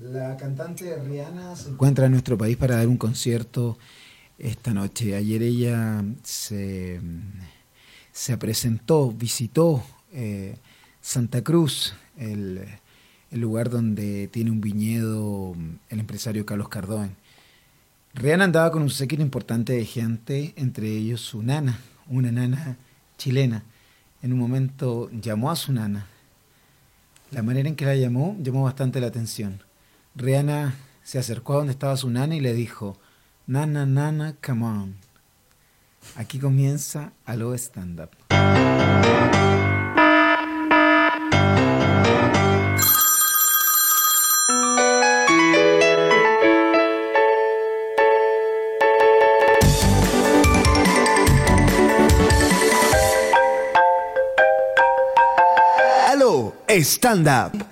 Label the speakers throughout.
Speaker 1: La cantante Rihanna se encuentra en nuestro país para dar un concierto esta noche. Ayer ella se, se presentó, visitó eh, Santa Cruz, el, el, lugar donde tiene un viñedo mm, el empresario Carlos Cardón. Rihanna andaba con un séquito importante de gente, entre ellos su nana, una nana chilena. En un momento llamó a su nana. La manera en que la llamó llamó bastante la atención. Rihanna se acercó a donde estaba su nana y le dijo, Nana, nana, come on. Aquí comienza Alo Stand Up.
Speaker 2: Aló, Stand Up.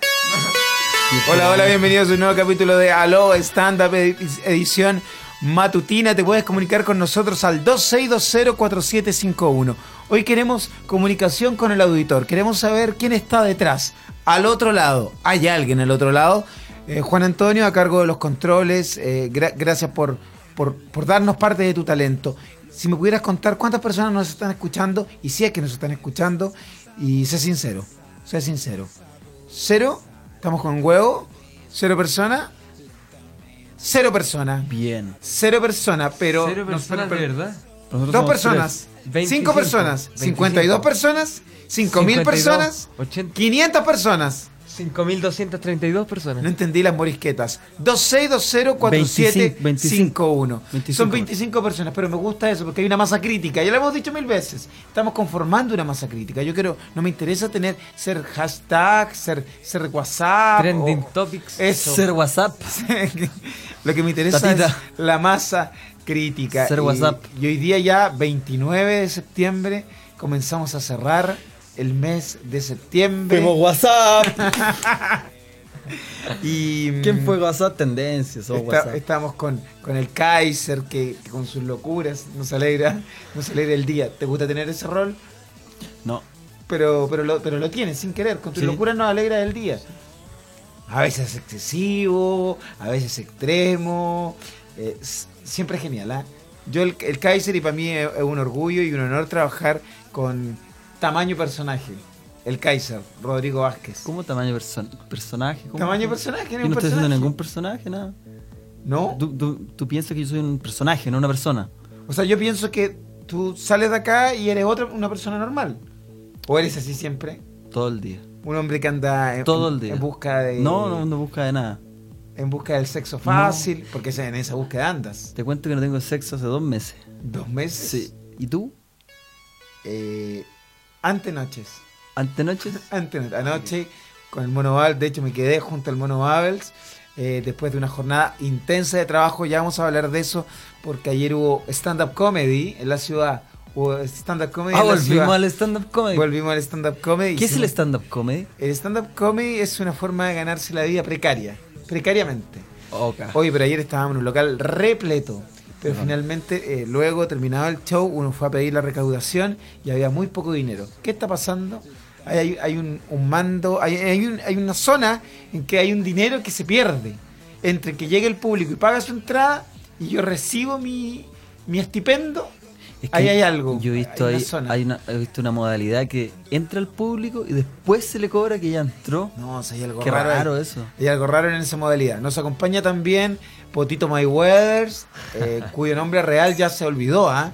Speaker 1: Hola, hola, bienvenidos a un nuevo capítulo de Aló Stand Up edición matutina. Te puedes comunicar con nosotros al 26204751. Hoy queremos comunicación con el auditor. Queremos saber quién está detrás, al otro lado. ¿Hay alguien al otro lado? Eh, Juan Antonio, a cargo de los controles, eh, gra gracias por, por, por darnos parte de tu talento. Si me pudieras contar cuántas personas nos están escuchando, y si es que nos están escuchando, y sé sincero, sé sincero. ¿Cero? ¿Estamos con huevo? ¿Cero personas? Cero personas.
Speaker 3: Bien.
Speaker 1: Cero personas, pero.
Speaker 3: Cero personas,
Speaker 1: nosotros-
Speaker 3: de verdad.
Speaker 1: Dos personas. Cinco personas. 52 personas. Cinco mil personas. 500 personas.
Speaker 3: 5.232
Speaker 1: No
Speaker 3: personas.
Speaker 1: entendí las morisquetas. 26204751.
Speaker 3: 25.
Speaker 1: Son 25 personas, pero me gusta eso porque hay una masa crítica. Ya lo hemos dicho mil veces. Estamos conformando una masa crítica. Yo quiero, no me interesa tener ser hashtag, ser, ser WhatsApp.
Speaker 3: Trending
Speaker 1: o-
Speaker 3: topics.
Speaker 1: Eso.
Speaker 4: Ser WhatsApp.
Speaker 1: Lo que me interesa
Speaker 4: Tatita.
Speaker 1: es la masa crítica.
Speaker 4: Ser
Speaker 1: y,
Speaker 4: WhatsApp.
Speaker 1: y hoy día ya, 29 de septiembre, comenzamos a cerrar el mes de septiembre.
Speaker 4: Fuimos WhatsApp.
Speaker 1: Y, mm,
Speaker 4: ¿Quién fue WhatsApp? Tendencias o
Speaker 1: está-
Speaker 4: WhatsApp.
Speaker 1: estamos con, con el Kaiser, que, que con sus locuras nos alegra, nos alegra el día. ¿Te gusta tener ese rol?
Speaker 4: No.
Speaker 1: Pero, pero, lo, pero lo tienes sin querer. Con tus
Speaker 4: Sí.
Speaker 1: locuras nos alegra el día. A veces excesivo, a veces extremo. eh, s- siempre genial, ¿ah? Yo el, el Kaiser y para mí es, es un orgullo y un honor trabajar con tamaño personaje. El Kaiser, Rodrigo Vázquez.
Speaker 4: ¿Cómo tamaño perso- personaje? ¿Cómo-
Speaker 1: Tamaño
Speaker 4: cómo?
Speaker 1: personaje,
Speaker 4: Yo
Speaker 1: era
Speaker 4: no
Speaker 1: un
Speaker 4: estoy haciendo
Speaker 1: personaje.
Speaker 4: ningún personaje, nada.
Speaker 1: ¿No?
Speaker 4: Tú, tú- tú piensas que yo soy un personaje, no una persona.
Speaker 1: O sea, yo pienso que tú sales de acá y eres otra, una persona normal. ¿O eres así siempre?
Speaker 4: Todo el día.
Speaker 1: Un hombre que anda en,
Speaker 4: Todo el
Speaker 1: en-
Speaker 4: día.
Speaker 1: en busca de...
Speaker 4: No, no, no busca de nada.
Speaker 1: En busca del sexo fácil, porque esa- en esa búsqueda andas.
Speaker 4: Te cuento que no tengo sexo hace dos meses.
Speaker 1: Dos meses.
Speaker 4: Sí. ¿Y tú?
Speaker 1: Eh, antenoches.
Speaker 4: ¿Antenoche?
Speaker 1: Antenoche. Anoche con el Mono Babels, de hecho me quedé junto al Mono Babels. eh, después de una jornada intensa de trabajo, ya vamos a hablar de eso, porque ayer hubo stand-up comedy en la ciudad. Hubo stand-up comedy
Speaker 4: Ah,
Speaker 1: en la
Speaker 4: volvimos
Speaker 1: ciudad.
Speaker 4: al stand-up comedy.
Speaker 1: Volvimos al stand-up comedy.
Speaker 4: ¿Qué es el
Speaker 1: Hicimos-
Speaker 4: stand-up comedy?
Speaker 1: El stand-up comedy es una forma de ganarse la vida precaria, precariamente.
Speaker 4: Oca.
Speaker 1: Oye, pero ayer estábamos en un local repleto. Pero finalmente, eh, luego terminado el show, uno fue a pedir la recaudación y había muy poco dinero. ¿Qué está pasando? Hay, hay- hay un, un mando, hay, hay un- hay una zona en que hay un dinero que se pierde. Entre que llegue el público y paga su entrada y yo recibo mi, mi estipendo,
Speaker 4: Es que
Speaker 1: ahí hay algo.
Speaker 4: Yo he visto,
Speaker 1: hay
Speaker 4: ahí-
Speaker 1: una
Speaker 4: hay
Speaker 1: zona.
Speaker 4: una- he visto una modalidad que entra al público y después se le cobra que ya entró.
Speaker 1: No, o sea, hay algo
Speaker 4: Qué
Speaker 1: raro. ahí.
Speaker 4: raro eso.
Speaker 1: Hay algo raro en esa modalidad. Nos acompaña también Potito My Weathers, cuyo nombre real ya se olvidó, ¿ah?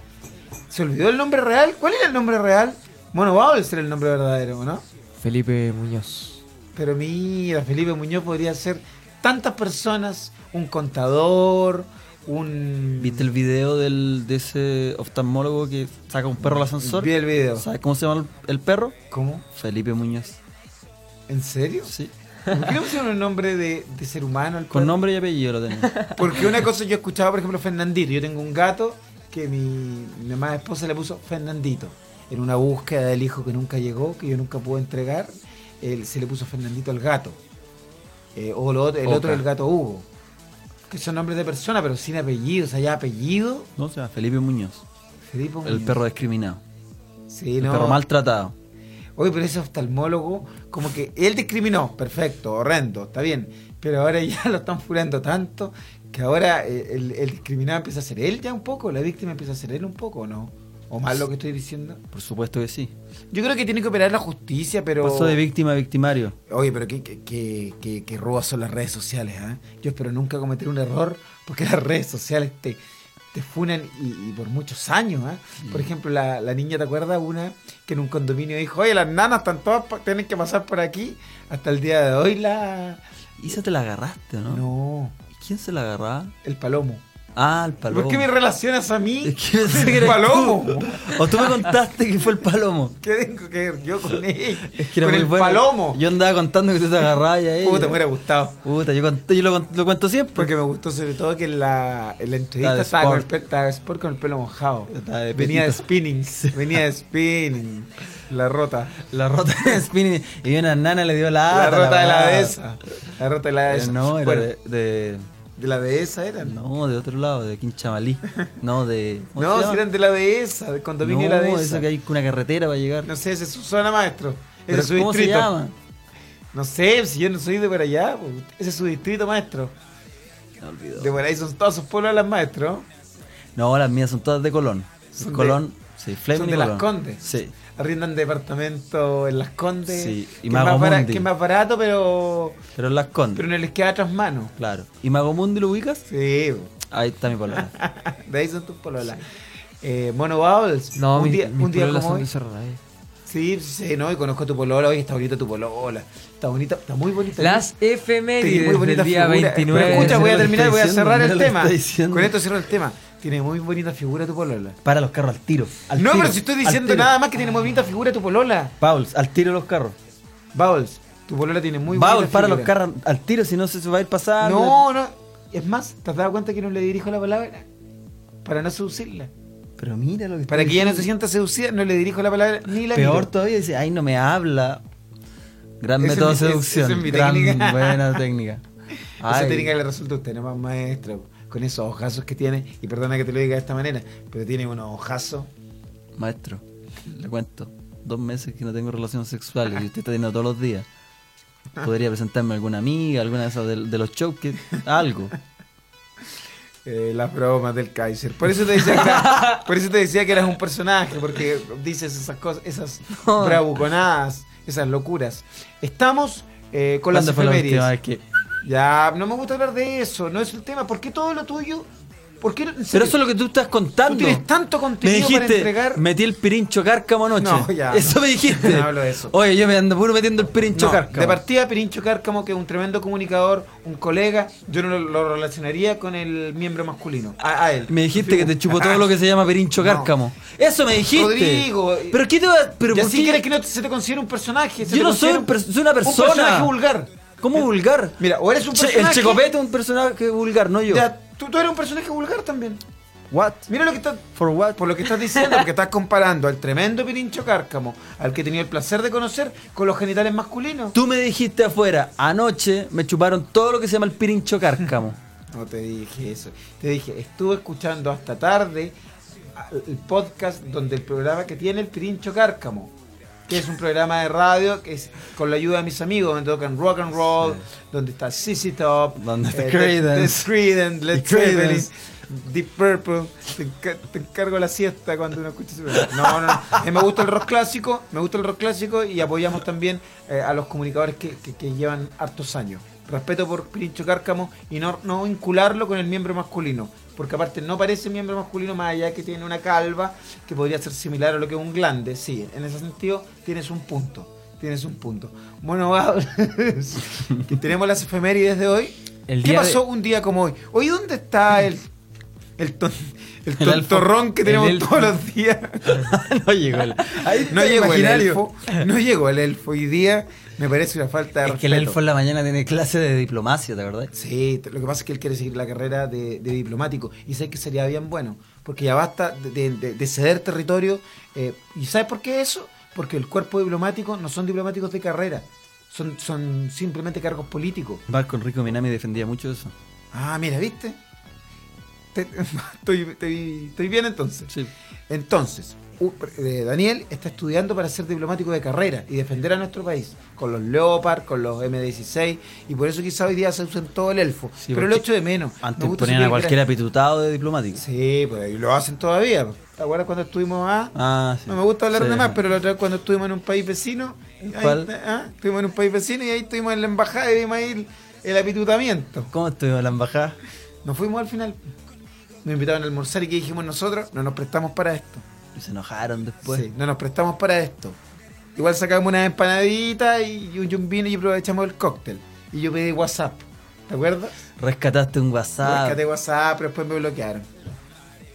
Speaker 1: ¿Se olvidó el nombre real? ¿Cuál era el nombre real? Bueno, Bowles era el nombre verdadero, ¿no?
Speaker 3: Felipe Muñoz.
Speaker 1: Pero mira, Felipe Muñoz podría ser tantas personas, un contador, un...
Speaker 4: ¿Viste el video del, de ese oftalmólogo que saca un perro al ascensor?
Speaker 1: Vi el video.
Speaker 4: ¿Sabes cómo se llama el, el perro?
Speaker 1: ¿Cómo?
Speaker 4: Felipe Muñoz.
Speaker 1: ¿En serio?
Speaker 4: Sí.
Speaker 1: ¿Por qué no pusieron un nombre de, de ser humano al
Speaker 4: Con
Speaker 1: perro?
Speaker 4: nombre y apellido lo tenía.
Speaker 1: Porque una cosa yo escuchaba, por ejemplo, Fernandito. Yo tengo un gato que mi, mi amada esposa le puso Fernandito. En una búsqueda del hijo que nunca llegó, que yo nunca pude entregar, él, se le puso Fernandito al gato. Eh, o lo otro- el
Speaker 4: Oca.
Speaker 1: otro, el gato Hugo. Que son nombres de persona, pero sin apellido. O sea, ya apellido.
Speaker 4: No, se llama Felipe Muñoz.
Speaker 1: Felipe
Speaker 4: El
Speaker 1: Muñoz.
Speaker 4: perro discriminado.
Speaker 1: Sí,
Speaker 4: El
Speaker 1: no.
Speaker 4: perro maltratado.
Speaker 1: Oye, pero ese oftalmólogo, como que él discriminó, perfecto, horrendo, está bien, pero ahora ya lo están furando tanto que ahora eh, el, el discriminado empieza a ser él ya un poco, la víctima empieza a ser él un poco, ¿o ¿no? ¿O mal lo que estoy diciendo?
Speaker 4: Por supuesto que sí.
Speaker 1: Yo creo que tiene que operar la justicia, pero...
Speaker 4: Pasó de víctima a victimario.
Speaker 1: Oye, pero qué, qué, qué, qué- qué rudas son las redes sociales, ¿ah? Yo espero nunca cometer un error porque las redes sociales te, te funan y, y por muchos años, ¿ah?
Speaker 4: Mm.
Speaker 1: Por ejemplo, la, la niña, ¿te acuerdas? Una que en un condominio dijo, oye, las nanas están todas, pa- tienen que pasar por aquí. Hasta el día de hoy la...
Speaker 4: Y esa te la agarraste, ¿no?
Speaker 1: No,
Speaker 4: ¿Y ¿Quién se la agarraba?
Speaker 1: el palomo.
Speaker 4: Ah, el palomo.
Speaker 1: ¿Por qué me relacionas a mí?
Speaker 4: Es que pensé que
Speaker 1: el
Speaker 4: eras
Speaker 1: palomo.
Speaker 4: tú. O tú me contaste que fue el palomo.
Speaker 1: ¿Qué tengo que ver yo con él?
Speaker 4: Es que era
Speaker 1: con
Speaker 4: muy
Speaker 1: el
Speaker 4: bueno.
Speaker 1: palomo.
Speaker 4: Yo andaba contando que tú te agarrabas a ella.
Speaker 1: Puta, me hubiera gustado.
Speaker 4: Puta, yo, conté- yo lo, cont- lo cuento siempre.
Speaker 1: Porque me gustó sobre todo que en la, en la entrevista
Speaker 4: La de
Speaker 1: estaba con el,
Speaker 4: Sport.
Speaker 1: pe- estaba de sport con el pelo mojado.
Speaker 4: Estaba de
Speaker 1: venía de
Speaker 4: pelito.
Speaker 1: spinning. Venía de spinning. La rota.
Speaker 4: La rota de spinning. Y una nana le dio la
Speaker 1: la
Speaker 4: ata,
Speaker 1: rota de la
Speaker 4: weá.
Speaker 1: dehesa. La rota de la
Speaker 4: Eh,
Speaker 1: dehesa.
Speaker 4: No, era
Speaker 1: Bueno,
Speaker 4: de, de-
Speaker 1: de la dehesa eran. No,
Speaker 4: No, de otro lado, de Quinchamalí. No, de. ¿cómo se
Speaker 1: si
Speaker 4: llama?
Speaker 1: eran de la dehesa, del condominio de la
Speaker 4: No,
Speaker 1: dehesa.
Speaker 4: eso que hay una carretera para llegar.
Speaker 1: No sé, ese es su zona maestro. Ese
Speaker 4: Pero
Speaker 1: es su
Speaker 4: ¿Cómo
Speaker 1: distrito.
Speaker 4: se llama?
Speaker 1: No sé, si yo no soy de por allá, pues, ese es su distrito maestro.
Speaker 4: Me olvidó.
Speaker 1: De por ahí son todos sus pueblos las maestro.
Speaker 4: No, las mías son todas de Colón.
Speaker 1: Son de-
Speaker 4: Colón, sí, Fleming.
Speaker 1: Son
Speaker 4: y
Speaker 1: de Las
Speaker 4: Colón.
Speaker 1: Condes.
Speaker 4: Sí.
Speaker 1: Arriendan departamento en Las Condes.
Speaker 4: Sí, y
Speaker 1: que es
Speaker 4: Mago
Speaker 1: más bara-
Speaker 4: Mundi. Mm.
Speaker 1: que es más barato, pero
Speaker 4: Pero en Las Condes.
Speaker 1: pero no les queda tras manos.
Speaker 4: Claro. ¿Y Magomundi lo ubicas?
Speaker 1: Sí, bo.
Speaker 4: Ahí está mi palabra.
Speaker 1: de ahí son tus pololas. Eh, Mono Bowles,
Speaker 3: No,
Speaker 1: un
Speaker 3: mi,
Speaker 1: día,
Speaker 3: mis
Speaker 1: un día
Speaker 3: pololas
Speaker 1: como
Speaker 3: son
Speaker 1: hoy.
Speaker 3: de Cerro Largo.
Speaker 1: Sí, sí, no, y conozco a tu polola, oye, está bonita tu polola. Está bonita, está muy bonita.
Speaker 3: Las
Speaker 1: Tiene
Speaker 3: efemérides
Speaker 1: muy bonita
Speaker 3: del día
Speaker 1: figura.
Speaker 3: 29.
Speaker 1: Pero
Speaker 3: de
Speaker 1: escucha, voy a
Speaker 4: Mira lo que
Speaker 1: terminar,
Speaker 4: está
Speaker 1: voy a
Speaker 4: diciendo,
Speaker 1: cerrar
Speaker 4: mira
Speaker 1: el
Speaker 4: lo que
Speaker 1: tema.
Speaker 4: está diciendo.
Speaker 1: Con esto cierro el tema. Tiene muy bonita figura tu polola.
Speaker 4: Para los carros al tiro. al
Speaker 1: no,
Speaker 4: tiro,
Speaker 1: pero si estoy
Speaker 4: al
Speaker 1: diciendo
Speaker 4: tiro.
Speaker 1: nada más que tiene muy bonita figura tu polola.
Speaker 4: Pauls, al tiro los carros.
Speaker 1: Bowles, tu polola tiene muy
Speaker 4: Pauls,
Speaker 1: bonita
Speaker 4: para los
Speaker 1: figura.
Speaker 4: carros al tiro, si no se va a ir pasando.
Speaker 1: No, no. Es más, ¿te has dado cuenta que no le dirijo la palabra? Para no seducirla.
Speaker 4: Pero mira lo que
Speaker 1: Para
Speaker 4: está
Speaker 1: que ella no se
Speaker 4: diciendo.
Speaker 1: sienta seducida, no le dirijo la palabra ni la
Speaker 4: Peor
Speaker 1: miro.
Speaker 4: todavía, dice, ay, no me habla. Gran
Speaker 1: Esa es
Speaker 4: método
Speaker 1: mi-
Speaker 4: de
Speaker 1: es-
Speaker 4: seducción.
Speaker 1: esa es mi
Speaker 4: gran
Speaker 1: técnica.
Speaker 4: buena técnica.
Speaker 1: Esa
Speaker 4: Ay.
Speaker 1: técnica le resulta a usted, nomás maestro. Con esos ojazos que tiene. Y perdona que te lo diga de esta manera, pero tiene unos ojazos.
Speaker 4: Maestro, le cuento. Dos meses que no tengo relaciones sexuales y usted está teniendo todos los días. Podría presentarme alguna amiga, alguna de esas de, de los shows, que algo.
Speaker 1: eh, las bromas del Kaiser. Por eso te decía que era- por eso te decía que eras un personaje, porque dices esas cosas, esas
Speaker 4: No.
Speaker 1: bravuconadas, esas locuras. Estamos eh, con las
Speaker 4: ¿Cuándo fue la
Speaker 1: efemérides.
Speaker 4: última vez que-
Speaker 1: Ya, no me gusta hablar de eso, no es el tema. ¿Por qué todo lo tuyo? ¿Por qué no- en
Speaker 4: Pero
Speaker 1: serio,
Speaker 4: eso es lo que tú estás
Speaker 1: Tú
Speaker 4: contando.
Speaker 1: tienes tanto
Speaker 4: me
Speaker 1: contenido para
Speaker 4: dijiste,
Speaker 1: entregar.
Speaker 4: metí el pirincho cárcamo anoche.
Speaker 1: No, ya,
Speaker 4: Eso
Speaker 1: no.
Speaker 4: me dijiste.
Speaker 1: No hablo de eso.
Speaker 4: Oye, yo me ando puro metiendo el pirincho
Speaker 1: No,
Speaker 4: cárcamo.
Speaker 1: de partida, Pirincho Cárcamo, que es un tremendo comunicador, un colega, yo no lo, lo relacionaría con el miembro masculino. A, a él.
Speaker 4: Me dijiste que te chupo todo lo que se llama pirincho
Speaker 1: No.
Speaker 4: cárcamo. Eso me dijiste.
Speaker 1: Rodrigo, eh,
Speaker 4: Pero qué te va, pero
Speaker 1: Y
Speaker 4: por
Speaker 1: así
Speaker 4: qué-
Speaker 1: crees que no te- se te considera un personaje. se
Speaker 4: Yo
Speaker 1: te
Speaker 4: no soy
Speaker 1: considera
Speaker 4: un pers- soy una persona.
Speaker 1: Un personaje vulgar.
Speaker 4: ¿Cómo vulgar?
Speaker 1: Mira, o eres un
Speaker 4: Che,
Speaker 1: personaje.
Speaker 4: El Checopete es un personaje vulgar, no yo.
Speaker 1: Ya, tú, tú eres un personaje vulgar también.
Speaker 4: What?
Speaker 1: Mira lo que estás.
Speaker 4: For what?
Speaker 1: Por lo que estás diciendo, porque estás comparando al tremendo Pirincho Cárcamo, al que he tenido el placer de conocer, con los genitales masculinos.
Speaker 4: Tú me dijiste afuera, anoche me chuparon todo lo que se llama el pirincho cárcamo.
Speaker 1: No te dije eso. Te dije, estuve escuchando hasta tarde el podcast donde el programa que tiene el Pirincho Cárcamo, que es un programa de radio que es con la ayuda de mis amigos, donde tocan rock and roll, donde está CC Top, eh,
Speaker 4: Donde está
Speaker 1: The-
Speaker 4: Creedence.
Speaker 1: The Creedence, Led
Speaker 4: Y Creedence.
Speaker 1: Zeppelin, Deep Purple. Te, enca- te encargo la siesta cuando uno escucha ese programa. No, no, no. Eh, me gusta el rock clásico, me gusta el rock clásico y apoyamos también eh, a los comunicadores que, que- que llevan hartos años. Respeto por Pirincho Cárcamo y no, no vincularlo con el miembro masculino. Porque aparte no parece miembro masculino más allá que tiene una calva que podría ser similar a lo que es un glande. Sí, en ese sentido tienes un punto. Tienes un punto. Bueno, Gab, que tenemos las efemérides de hoy.
Speaker 3: El
Speaker 1: ¿Qué
Speaker 3: día de-
Speaker 1: pasó un día como hoy? ¿Hoy dónde está el, el, ton- el
Speaker 4: El elfo.
Speaker 1: tontorrón que
Speaker 4: El
Speaker 1: tenemos
Speaker 4: elfo.
Speaker 1: todos los días?
Speaker 4: no llegó el. Ahí
Speaker 1: No
Speaker 4: está
Speaker 1: llegó el
Speaker 4: imaginario.
Speaker 1: elfo. No llegó el elfo. Hoy día me parece una falta de
Speaker 4: Es que el
Speaker 1: respeto.
Speaker 4: elfo en la mañana tiene clase de diplomacia, ¿te acordás?
Speaker 1: Sí, lo que pasa es que él quiere seguir la carrera de, de diplomático y sé que sería bien bueno, porque ya basta de, de- de- de ceder territorio. eh, ¿Y sabes por qué eso? Porque el cuerpo diplomático no son diplomáticos de carrera, son, son simplemente cargos políticos.
Speaker 4: Marco Enrico Minami defendía mucho eso.
Speaker 1: Ah, mira, ¿viste? Te- estoy, estoy- estoy bien entonces.
Speaker 4: Sí.
Speaker 1: Entonces, u- eh, Daniel está estudiando para ser diplomático de carrera y defender a nuestro país con los Leopard, con los M16 y por eso quizá hoy día se usen todo el elfo.
Speaker 4: Sí,
Speaker 1: Pero lo
Speaker 4: porque
Speaker 1: echo de menos. Me
Speaker 4: Antes
Speaker 1: gusta
Speaker 4: ponían
Speaker 1: su
Speaker 4: a
Speaker 1: piel
Speaker 4: cualquier apitutado de diplomático.
Speaker 1: Sí, pues y lo hacen todavía. ¿Te acuerdas cuando estuvimos a.?
Speaker 4: Ah, sí.
Speaker 1: No me gusta hablar
Speaker 4: Sí.
Speaker 1: de más, pero la otra vez cuando estuvimos en un país vecino. ahí
Speaker 4: ¿Cuál?
Speaker 1: está- ah, Estuvimos en un país vecino y ahí estuvimos en la embajada y vimos ahí el, el apitutamiento.
Speaker 4: ¿Cómo estuvimos en la embajada?
Speaker 1: Nos fuimos al final. Nos invitaron a almorzar y ¿qué dijimos nosotros? No nos prestamos para esto.
Speaker 4: Y Se enojaron después.
Speaker 1: Sí, no nos prestamos para esto. Igual sacamos unas empanaditas y un, y un vino y aprovechamos el cóctel. Y yo pedí WhatsApp. ¿Te acuerdas?
Speaker 4: Rescataste un WhatsApp.
Speaker 1: Rescaté WhatsApp, pero después me bloquearon.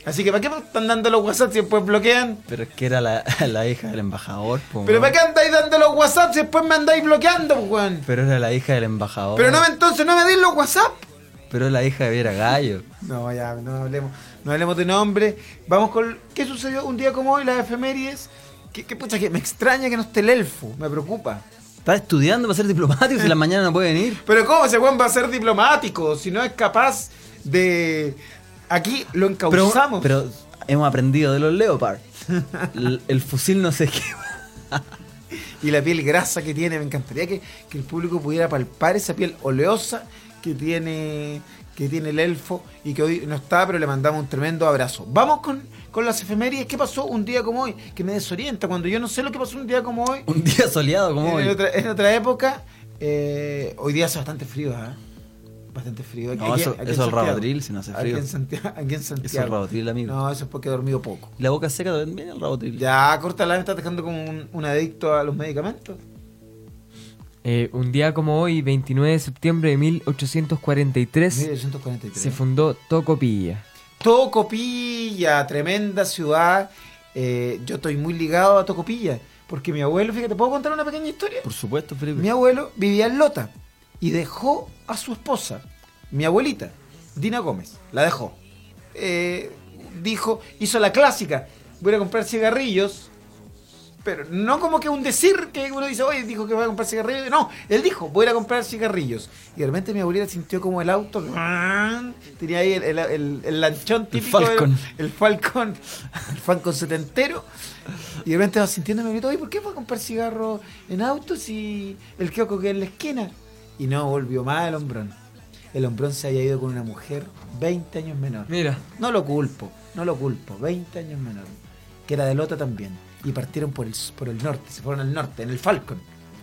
Speaker 1: Así que, ¿para qué me están dando los WhatsApp si después bloquean?
Speaker 4: Pero es que era la, la hija del embajador. po,
Speaker 1: ¿Pero
Speaker 4: weón.
Speaker 1: para qué andáis dando los WhatsApp si después me andáis bloqueando, pues, weón?
Speaker 4: Pero era la hija del embajador.
Speaker 1: Pero no me, entonces no me deis los WhatsApp.
Speaker 4: Pero es la hija de Vera Gallo.
Speaker 1: No, ya, no hablemos, no hablemos de nombre. Vamos con. ¿Qué sucedió un día como hoy, las efemérides? ¿Qué, qué pucha, que me extraña que no esté el elfo, me preocupa.
Speaker 4: Está estudiando para ser diplomático si la mañana no puede venir.
Speaker 1: Pero ¿cómo ese weón va a ser diplomático si no es capaz de... Aquí lo
Speaker 4: Pero,
Speaker 1: encauzamos.
Speaker 4: pero hemos aprendido de los Leopard. El, el fusil no sé qué.
Speaker 1: Y la piel grasa que tiene, me encantaría que, que el público pudiera palpar esa piel oleosa que tiene, que tiene el elfo y que hoy no está, pero le mandamos un tremendo abrazo. Vamos con, con las efemérides. ¿Qué pasó un día como hoy? Que me desorienta cuando yo no sé lo que pasó un día como hoy.
Speaker 4: Un día soleado como
Speaker 1: en,
Speaker 4: hoy.
Speaker 1: Otra, en otra época, eh, hoy día hace bastante frío, ¿ah? Bastante frío.
Speaker 4: No,
Speaker 1: en
Speaker 4: eso- eso al
Speaker 1: Santiago.
Speaker 4: rabotril, si no hace frío.
Speaker 1: Aquí en Santiago. Aquí en Santiago.
Speaker 4: Eso al rabotril, amigo.
Speaker 1: No, eso es porque he dormido poco.
Speaker 4: Y La boca seca también viene el rabotril.
Speaker 1: Ya, corta la me está dejando como un, un adicto a los medicamentos.
Speaker 3: Eh, un día como hoy, 29 de septiembre de 1843,
Speaker 1: 1843.
Speaker 3: se fundó Tocopilla.
Speaker 1: Tocopilla, tremenda ciudad. Eh, yo estoy muy ligado a Tocopilla. Porque mi abuelo, fíjate, ¿puedo contar una pequeña historia?
Speaker 4: Por supuesto,
Speaker 1: Mi
Speaker 4: Felipe.
Speaker 1: abuelo vivía en Lota y dejó a su esposa, mi abuelita, Dina Gómez, la dejó. Eh, dijo, hizo la clásica, voy a ir a comprar cigarrillos, pero no como que un decir que uno dice, oye, dijo que va a comprar cigarrillos. No, él dijo, voy a ir a comprar cigarrillos. Y de repente mi abuelita sintió como el auto, tenía ahí el, el- el- el lanchón típico. del-
Speaker 4: Falcon.
Speaker 1: El, Falcon. El Falcon setentero. Y de repente va sintiendo mi abuelita, oye, ¿por qué fue a comprar cigarros en auto si el kiosco queda en la esquina? Y no volvió más el hombrón. El hombrón se había ido con una mujer 20 años menor.
Speaker 3: Mira,
Speaker 1: No lo culpo, no lo culpo. 20 años menor. Que era de Lota también. Y partieron por el, s- por el norte, se fueron al norte, en el Falcon.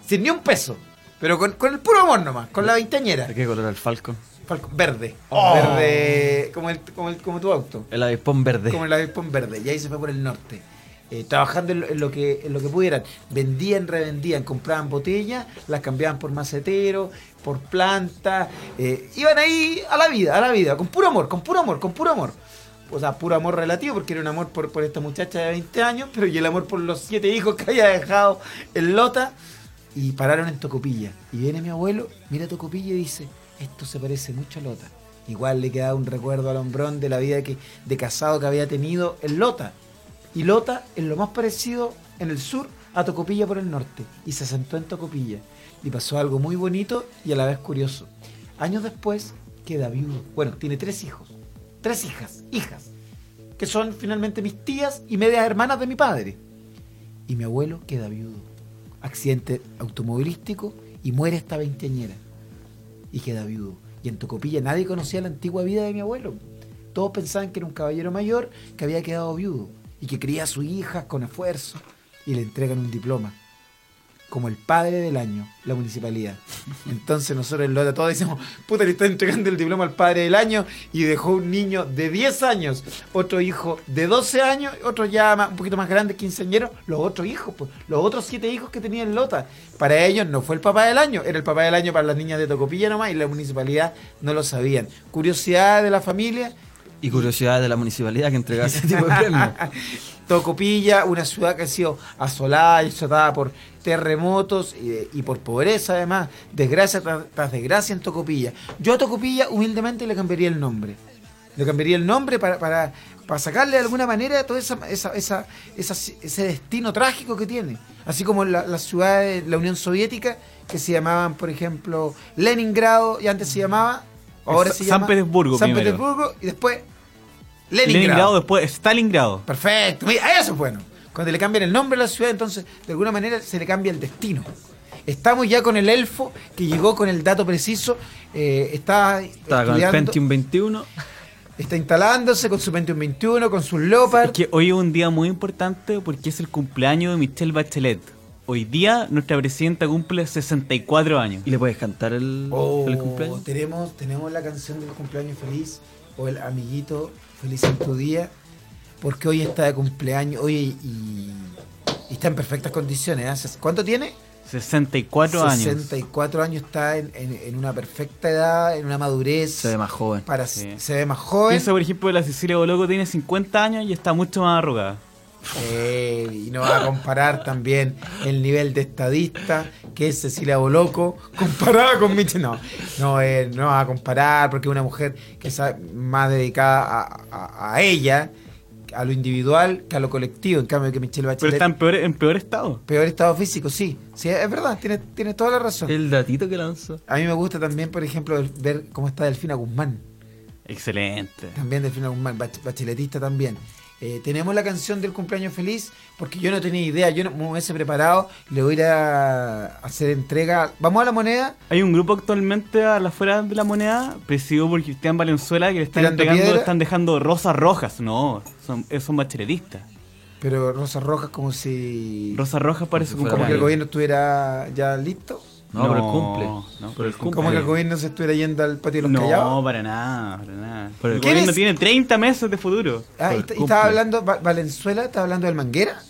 Speaker 1: Sin ni un peso. Pero con, con el puro amor nomás, con la veinteañera.
Speaker 4: ¿De qué color era el falcon?
Speaker 1: Falcon, verde. Verde, como, el, como, el- como tu auto.
Speaker 4: El avispón verde.
Speaker 1: Como el avispón verde. Y ahí se fue por el norte. eh, trabajando en lo, en lo que, en lo que pudieran. Vendían, revendían, compraban botellas, las cambiaban por macetero, por planta. eh, iban ahí a la vida, a la vida, con puro amor, con puro amor, con puro amor. O sea, puro amor relativo, porque era un amor por, por esta muchacha de 20 años, pero y el amor por los siete hijos que había dejado en Lota. Y pararon en Tocopilla. Y viene mi abuelo, mira Tocopilla y dice, esto se parece mucho a Lota. Igual le queda un recuerdo al hombrón de la vida que, de casado que había tenido en Lota. Y Lota es lo más parecido en el sur a Tocopilla por el norte. Y se sentó en Tocopilla. Y pasó algo muy bonito y a la vez curioso. Años después queda viudo. Bueno, tiene tres hijos. Tres hijas, hijas. Que son finalmente mis tías y medias hermanas de mi padre. Y mi abuelo queda viudo. Accidente automovilístico y muere esta veinteañera y queda viudo. Y en Tocopilla nadie conocía la antigua vida de mi abuelo. Todos pensaban que era un caballero mayor que había quedado viudo y que cría a su hija con esfuerzo y le entregan un diploma como el padre del año, la municipalidad. Entonces nosotros en Lota todos decimos, puta, le está entregando el diploma al padre del año y dejó un niño de 10 años, otro hijo de 12 años, otro ya más- un poquito más grande, quinceañero, los otros hijos, pues, los otros siete hijos que tenía en Lota. Para ellos no fue el papá del año, era el papá del año para las niñas de Tocopilla nomás y la municipalidad no lo sabían. Curiosidad de la familia,
Speaker 4: Y curiosidad de la municipalidad que entregaba ese tipo de premios.
Speaker 1: Tocopilla, una ciudad que ha sido asolada y azotada por terremotos y, y por pobreza además, desgracia tras, tras desgracia en Tocopilla. Yo a Tocopilla humildemente le cambiaría el nombre. Le cambiaría el nombre para, para, para sacarle de alguna manera todo esa, esa- esa- esa- ese destino trágico que tiene. Así como la- las ciudades de la Unión Soviética que se llamaban, por ejemplo, Leningrado y antes se llamaba... Ahora
Speaker 5: Sa-
Speaker 1: se
Speaker 5: San
Speaker 1: llama
Speaker 5: Petersburgo
Speaker 1: San
Speaker 5: primero.
Speaker 1: Petersburgo y después
Speaker 5: Leningrado después, Stalingrado.
Speaker 1: Perfecto, mira, eso es bueno. Cuando le cambian el nombre a la ciudad, entonces de alguna manera se le cambia el destino. Estamos ya con el elfo que llegó con el dato preciso, eh, está,
Speaker 4: Estaba con el
Speaker 1: estudiando,
Speaker 4: Pentium 21.
Speaker 1: está instalándose con su Pentium 21, con su Leopard.
Speaker 5: Es que hoy es un día muy importante porque es el cumpleaños de Michelle Bachelet. Hoy día nuestra presidenta cumple 64 años.
Speaker 4: ¿Y le puedes cantar el,
Speaker 1: Oh,
Speaker 4: el cumpleaños?
Speaker 1: Tenemos, tenemos la canción del cumpleaños feliz o el amiguito feliz en tu día, porque hoy está de cumpleaños, hoy y, y está en perfectas condiciones. ¿eh? Ses- ¿Cuánto tiene?
Speaker 5: 64 años.
Speaker 1: 64 años está en, en- en una perfecta edad, en una madurez.
Speaker 4: Se ve más joven.
Speaker 1: para,
Speaker 5: Sí.
Speaker 1: Se ve más joven.
Speaker 5: Piensa, por ejemplo, la Cecilia Boloco tiene 50 años y está mucho más arrugada.
Speaker 1: Eh, y no va a comparar también el nivel de estadista que es Cecilia Boloco comparada con Michelle. No, no, eh, no va a comparar porque es una mujer que está más dedicada a, a- a ella, a lo individual, que a lo colectivo. En cambio, que Michelle
Speaker 5: Pero
Speaker 1: Bachelet.
Speaker 5: está en peor, en peor estado.
Speaker 1: Peor estado físico, sí. Sí, es verdad, tienes tiene toda la razón.
Speaker 4: El datito que lanzó.
Speaker 1: A mí me gusta también, por ejemplo, el- ver cómo está Delfina Guzmán.
Speaker 5: Excelente.
Speaker 1: También Delfina Guzmán, bach- bacheletista también. Eh, tenemos la canción del cumpleaños feliz, porque yo no tenía idea, yo no me hubiese preparado, le voy a ir a hacer entrega. Vamos a la moneda,
Speaker 5: Hay un grupo actualmente a la afuera de la moneda, presidido por Cristian Valenzuela, que le están
Speaker 1: Tirando
Speaker 5: entregando,
Speaker 1: piedra.
Speaker 5: están dejando rosas rojas. No, son, eh, son bacheletistas.
Speaker 1: pero Rosa Rojas como si...
Speaker 5: Rosas rojas parece
Speaker 4: Como
Speaker 1: como que el
Speaker 4: Claro.
Speaker 1: gobierno estuviera ya listo.
Speaker 4: No, por el
Speaker 5: No,
Speaker 4: cumple.
Speaker 5: no,
Speaker 4: por el cumple.
Speaker 1: Como que el gobierno se estuviera yendo al patio de los
Speaker 5: Eh. no,
Speaker 1: callados.
Speaker 5: para nada, para nada.
Speaker 4: Pero
Speaker 5: el
Speaker 4: ¿quién
Speaker 5: gobierno
Speaker 1: es?
Speaker 5: tiene 30 meses de futuro.
Speaker 1: Ah, y,
Speaker 4: el
Speaker 1: está- y
Speaker 4: cumple.
Speaker 1: estaba hablando, Va- Valenzuela, estaba hablando del Manguera.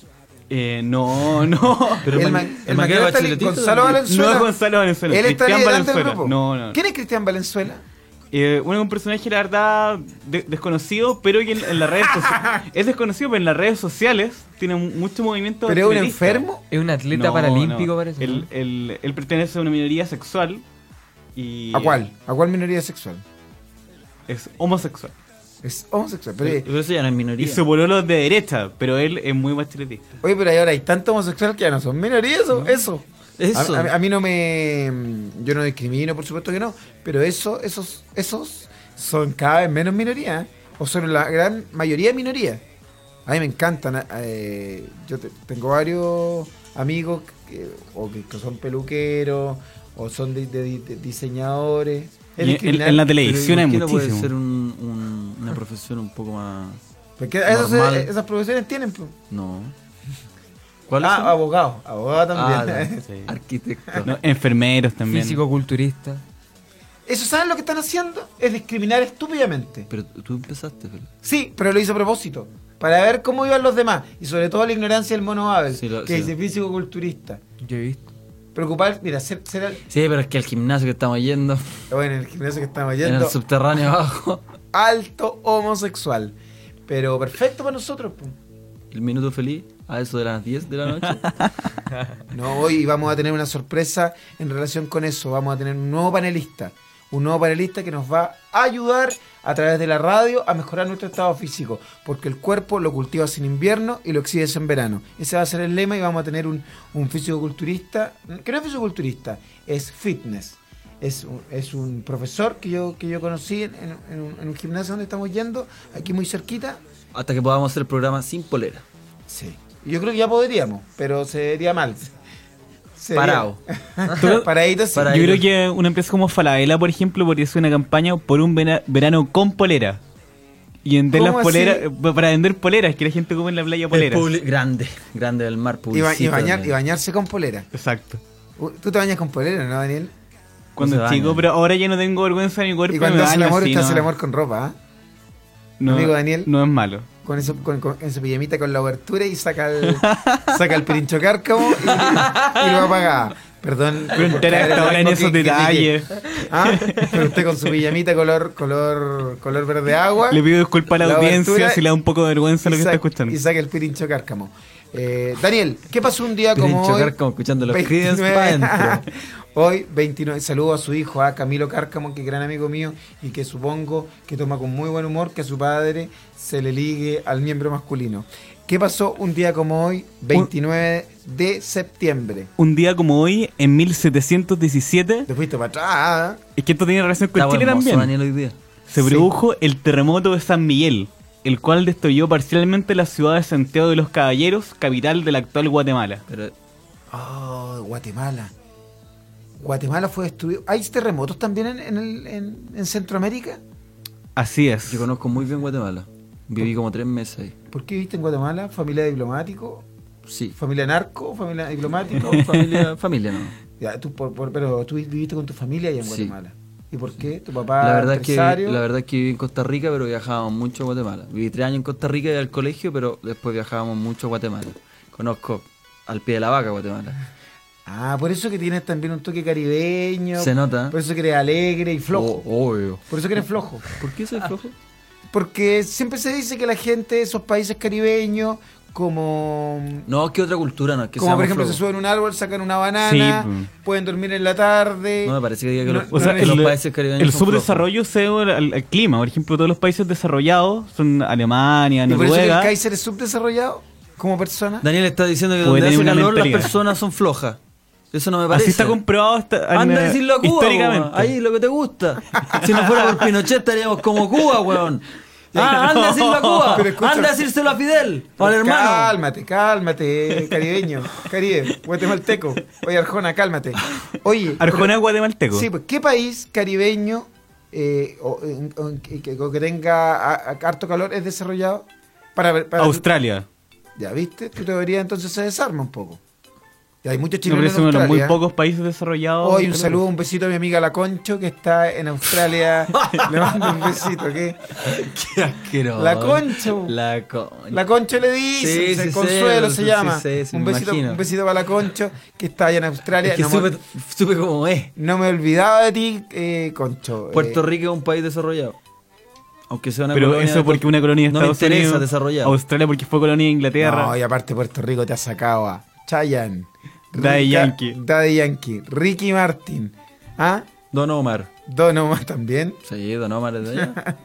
Speaker 5: Eh, no, no.
Speaker 4: Pero el
Speaker 1: el,
Speaker 4: man-
Speaker 1: man-
Speaker 4: el
Speaker 1: el
Speaker 4: manguero
Speaker 1: Manguera está li-
Speaker 4: bacheletista
Speaker 1: Gonzalo
Speaker 4: también.
Speaker 1: Valenzuela.
Speaker 5: No es Gonzalo Valenzuela,
Speaker 1: Él está
Speaker 5: Cristian
Speaker 1: liderante del
Speaker 5: Valenzuela.
Speaker 1: grupo.
Speaker 5: No, no.
Speaker 1: ¿Quién es Cristian Valenzuela?
Speaker 5: Eh, bueno, un personaje, la verdad, de- desconocido, pero que en, en las redes sociales. es desconocido, pero en las redes sociales tiene mu- mucho movimiento.
Speaker 1: ¿Pero es un
Speaker 5: bachillerista.
Speaker 1: enfermo?
Speaker 3: Es un atleta
Speaker 5: No,
Speaker 3: paralímpico,
Speaker 5: no.
Speaker 3: parece. ¿no?
Speaker 5: Él, él- él pertenece a una minoría sexual. Y
Speaker 1: ¿A cuál? ¿A cuál minoría sexual?
Speaker 5: Es homosexual.
Speaker 1: Es homosexual. Pero,
Speaker 4: Pero eso ya no es minoría.
Speaker 5: Y su pololo es de derecha, pero él es muy bacheletista.
Speaker 1: Oye, pero ahí ahora hay tanto homosexual que ya no son minoría, eso. eso.
Speaker 4: Eso.
Speaker 1: A, a- a mí no me. mm, Yo no discrimino, por supuesto que no. Pero eso, esos, esos son cada vez menos minoría. ¿eh? O son la gran mayoría minoría. A mí me encantan. eh, yo te- tengo varios amigos que, o que, que son peluqueros o son de, de- de diseñadores. Es
Speaker 5: Y en-
Speaker 1: discriminar,
Speaker 5: en la
Speaker 1: pero-
Speaker 5: televisión es
Speaker 4: ¿por qué no puede
Speaker 5: muchísimo.
Speaker 4: ser un- un- una profesión un poco más.
Speaker 1: Porque esas-
Speaker 4: normal.
Speaker 1: esas profesiones tienen. pues.
Speaker 4: No. ¿Cuál
Speaker 1: Ah,
Speaker 4: es?
Speaker 1: abogado. Abogado también.
Speaker 5: sí.
Speaker 4: Ah, Arquitecto.
Speaker 5: No, enfermeros también.
Speaker 3: Físico-culturista.
Speaker 1: Eso, ¿saben lo que están haciendo? Es discriminar estúpidamente.
Speaker 4: Pero tú empezaste, pero.
Speaker 1: Sí, pero lo hizo a propósito. Para ver cómo iban los demás. Y sobre todo la ignorancia del mono Abel,
Speaker 4: Sí, lo-
Speaker 1: que
Speaker 4: sí.
Speaker 1: dice físico-culturista.
Speaker 3: Yo he visto.
Speaker 1: Preocupar, mira, ser, ser al-
Speaker 4: Sí, pero es que el gimnasio que estamos yendo,
Speaker 1: bueno, en el gimnasio que estamos
Speaker 4: en
Speaker 1: yendo,
Speaker 4: el subterráneo abajo,
Speaker 1: alto homosexual. Pero perfecto para nosotros. pues. po.
Speaker 4: el minuto feliz, a eso de las 10 de la noche.
Speaker 1: No, hoy vamos a tener una sorpresa en relación con eso. Vamos a tener un nuevo panelista. Un nuevo panelista que nos va a ayudar a través de la radio a mejorar nuestro estado físico. Porque el cuerpo lo cultivas en invierno y lo exhibes en verano. Ese va a ser el lema y vamos a tener un, un fisicoculturista. Que no es fisicoculturista, es fitness. Es un, es un profesor que yo, que yo conocí en, en- en un, en un gimnasio donde estamos yendo, aquí muy cerquita.
Speaker 4: Hasta que podamos hacer el programa sin polera.
Speaker 1: Sí. Yo creo que ya podríamos, pero se vería mal. Se vería-
Speaker 4: Parado.
Speaker 1: Paradito sí.
Speaker 4: Para-
Speaker 5: Yo creo que una empresa como Falabella, por ejemplo, podría hacer una campaña por un vena- verano con polera. Y vender las
Speaker 1: ¿Cómo
Speaker 5: poleras,
Speaker 1: así?
Speaker 5: eh, para vender poleras, que la gente come en la playa
Speaker 4: El
Speaker 5: poleras.
Speaker 4: publi- grande, grande del mar,
Speaker 1: Y, ba-
Speaker 4: publicito.
Speaker 1: y bañar,
Speaker 4: también.
Speaker 1: y bañarse con polera.
Speaker 5: Exacto.
Speaker 1: Uh, Tú te bañas con polera, ¿no, Daniel?
Speaker 5: Cuando
Speaker 4: se
Speaker 5: chico,
Speaker 4: bañan.
Speaker 5: pero ahora ya no tengo vergüenza de mi cuerpo.
Speaker 1: Y cuando
Speaker 5: me
Speaker 1: haces el
Speaker 5: baño
Speaker 1: amor,
Speaker 5: así,
Speaker 1: estás
Speaker 5: no-
Speaker 1: el amor con ropa, ¿ah?
Speaker 5: no-
Speaker 1: amigo Daniel.
Speaker 5: No es malo.
Speaker 1: Con, eso, con, con- en su pijamita con la abertura y saca el, saca el pirincho cárcamo y, y lo apaga. Perdón.
Speaker 5: Pero
Speaker 1: por
Speaker 5: entera
Speaker 1: caer
Speaker 5: hasta ahora en
Speaker 1: algo
Speaker 5: esos
Speaker 1: que- que
Speaker 5: detalles.
Speaker 1: dije. ¿Ah? Pero usted con su pijamita color, color, color verde agua.
Speaker 5: Le pido disculpas a la,
Speaker 1: ¿Ah? La
Speaker 5: audiencia
Speaker 1: abertura
Speaker 5: si le da un poco de vergüenza
Speaker 1: y
Speaker 5: lo que
Speaker 1: saca-
Speaker 5: está escuchando.
Speaker 1: Y saca el pirincho cárcamo. Eh, Daniel, ¿qué pasó un día
Speaker 4: Quieren
Speaker 1: como hoy?
Speaker 4: chocar como escuchando los Creedence pa' adentro.
Speaker 1: Hoy, 29. Saludo a su hijo, a Camilo Cárcamo, que es gran amigo mío y que supongo que toma con muy buen humor que a su padre se le ligue al miembro masculino. ¿Qué pasó un día como hoy, 29 de septiembre?
Speaker 5: Un día como hoy, en 1717,
Speaker 1: Te fuiste para atrás.
Speaker 5: es que esto tiene relación con
Speaker 4: Estaba
Speaker 5: Chile
Speaker 4: hermoso
Speaker 5: también,
Speaker 4: Daniel hoy día.
Speaker 5: se
Speaker 1: Sí.
Speaker 5: produjo el terremoto de San Miguel, el cual destruyó parcialmente la ciudad de Santiago de los Caballeros, capital de la actual Guatemala.
Speaker 4: Pero
Speaker 1: Oh, Guatemala. Guatemala fue destruido. ¿Hay terremotos también en, en el- en- en Centroamérica?
Speaker 5: Así es.
Speaker 4: yo conozco muy bien Guatemala. Viví como tres meses ahí.
Speaker 1: ¿Por qué viste en Guatemala? ¿Familia de diplomático?
Speaker 4: Sí.
Speaker 1: ¿Familia narco? ¿Familia de diplomático?
Speaker 4: Familia, familia, no.
Speaker 1: Ya, tú, por- por- pero tú viviste con tu familia allá en
Speaker 4: Sí.
Speaker 1: Guatemala. ¿Y por qué? ¿Tu papá
Speaker 4: La verdad, es que,
Speaker 1: Ah, empresario?
Speaker 4: la verdad es que viví en Costa Rica, pero viajábamos mucho a Guatemala. Viví tres años en Costa Rica y al colegio, pero después viajábamos mucho a Guatemala. Conozco al pie de la vaca Guatemala.
Speaker 1: Ah, por eso que tienes también un toque caribeño.
Speaker 4: Se nota.
Speaker 1: Por eso que eres alegre y flojo.
Speaker 4: Oh, obvio.
Speaker 1: Por eso que eres flojo.
Speaker 4: ¿Por qué soy
Speaker 5: Ah.
Speaker 4: flojo?
Speaker 1: Porque siempre se dice que la gente de esos países caribeños, como.
Speaker 4: No, es que otra cultura, no. Es que
Speaker 1: como por
Speaker 4: seamos
Speaker 1: ejemplo,
Speaker 4: flojos.
Speaker 1: se suben a un árbol, sacan una banana,
Speaker 5: Sí, mm.
Speaker 1: pueden dormir en la tarde.
Speaker 4: No me parece que diga que
Speaker 1: No,
Speaker 4: los,
Speaker 5: O sea,
Speaker 4: que
Speaker 5: el,
Speaker 4: los países caribeños.
Speaker 5: el
Speaker 4: son flojos.
Speaker 5: subdesarrollo se debe al, al clima. Por ejemplo, todos los países desarrollados son Alemania,
Speaker 1: ¿Y por eso que el
Speaker 5: Noruega.
Speaker 1: Kaiser es subdesarrollado como persona?
Speaker 4: Daniel está diciendo que
Speaker 5: Puede
Speaker 4: donde
Speaker 5: tener
Speaker 4: hace
Speaker 5: una
Speaker 4: calor las
Speaker 5: mentalidad.
Speaker 4: personas son flojas. Eso no me parece.
Speaker 5: Así está comprobado hasta-
Speaker 4: Anda a
Speaker 5: en- eh,
Speaker 4: decirlo a Cuba,
Speaker 5: históricamente.
Speaker 4: weón. Ahí lo que te gusta. Si no fuera por Pinochet estaríamos como Cuba, weón. Ah, anda a decirlo a Cuba.
Speaker 1: Pero escucha-
Speaker 4: Anda a decírselo a Fidel, o al
Speaker 1: Pero
Speaker 4: hermano.
Speaker 1: Pues Cálmate, cálmate, caribeño, caribe, guatemalteco. Oye, Arjona, cálmate. Oye,
Speaker 5: Arjona es guatemalteco.
Speaker 1: Sí, pues, ¿qué país caribeño eh, o, en- o en- que, que- que tenga a- a- harto calor es desarrollado? Para, ver- para-
Speaker 5: Australia.
Speaker 1: Ya, ¿viste? Tu teoría entonces se desarma un poco. Y hay muchos
Speaker 5: Me
Speaker 1: chilenos
Speaker 5: parece
Speaker 1: en
Speaker 5: uno de los muy
Speaker 1: Australia.
Speaker 5: pocos países desarrollados.
Speaker 1: Hoy un saludo, un besito a mi amiga La Concho que está en Australia. Le mando un besito, ¿qué?
Speaker 4: Qué asqueroso.
Speaker 1: La concha, weón.
Speaker 4: La concha.
Speaker 1: La Concho le dice,
Speaker 4: Sí,
Speaker 1: o sea,
Speaker 4: sí,
Speaker 1: Consuelo
Speaker 4: sí,
Speaker 1: se
Speaker 4: sí,
Speaker 1: llama.
Speaker 4: sí, sí,
Speaker 1: un,
Speaker 4: me
Speaker 1: besito,
Speaker 4: imagino.
Speaker 1: un besito para La Concho que está allá en Australia.
Speaker 4: Es que
Speaker 1: no,
Speaker 4: supe,
Speaker 1: me,
Speaker 4: supe cómo es.
Speaker 1: no me olvidaba de ti, eh, Concho.
Speaker 4: Puerto
Speaker 1: Eh,
Speaker 4: Rico es un país desarrollado. Aunque sea una
Speaker 5: Pero
Speaker 4: colonia
Speaker 5: eso
Speaker 4: de-
Speaker 5: porque una colonia de
Speaker 4: no me
Speaker 5: Estados
Speaker 4: interesa
Speaker 5: Unidos.
Speaker 4: desarrollar.
Speaker 5: Australia porque fue colonia de Inglaterra.
Speaker 1: No, y aparte Puerto Rico te ha sacado a Chayanne.
Speaker 5: Daddy
Speaker 1: Rica-
Speaker 5: Yankee.
Speaker 1: Daddy Yankee. Ricky Martin. ¿Ah?
Speaker 4: Don Omar.
Speaker 1: Don Omar también.
Speaker 4: Sí, Don Omar es de allá.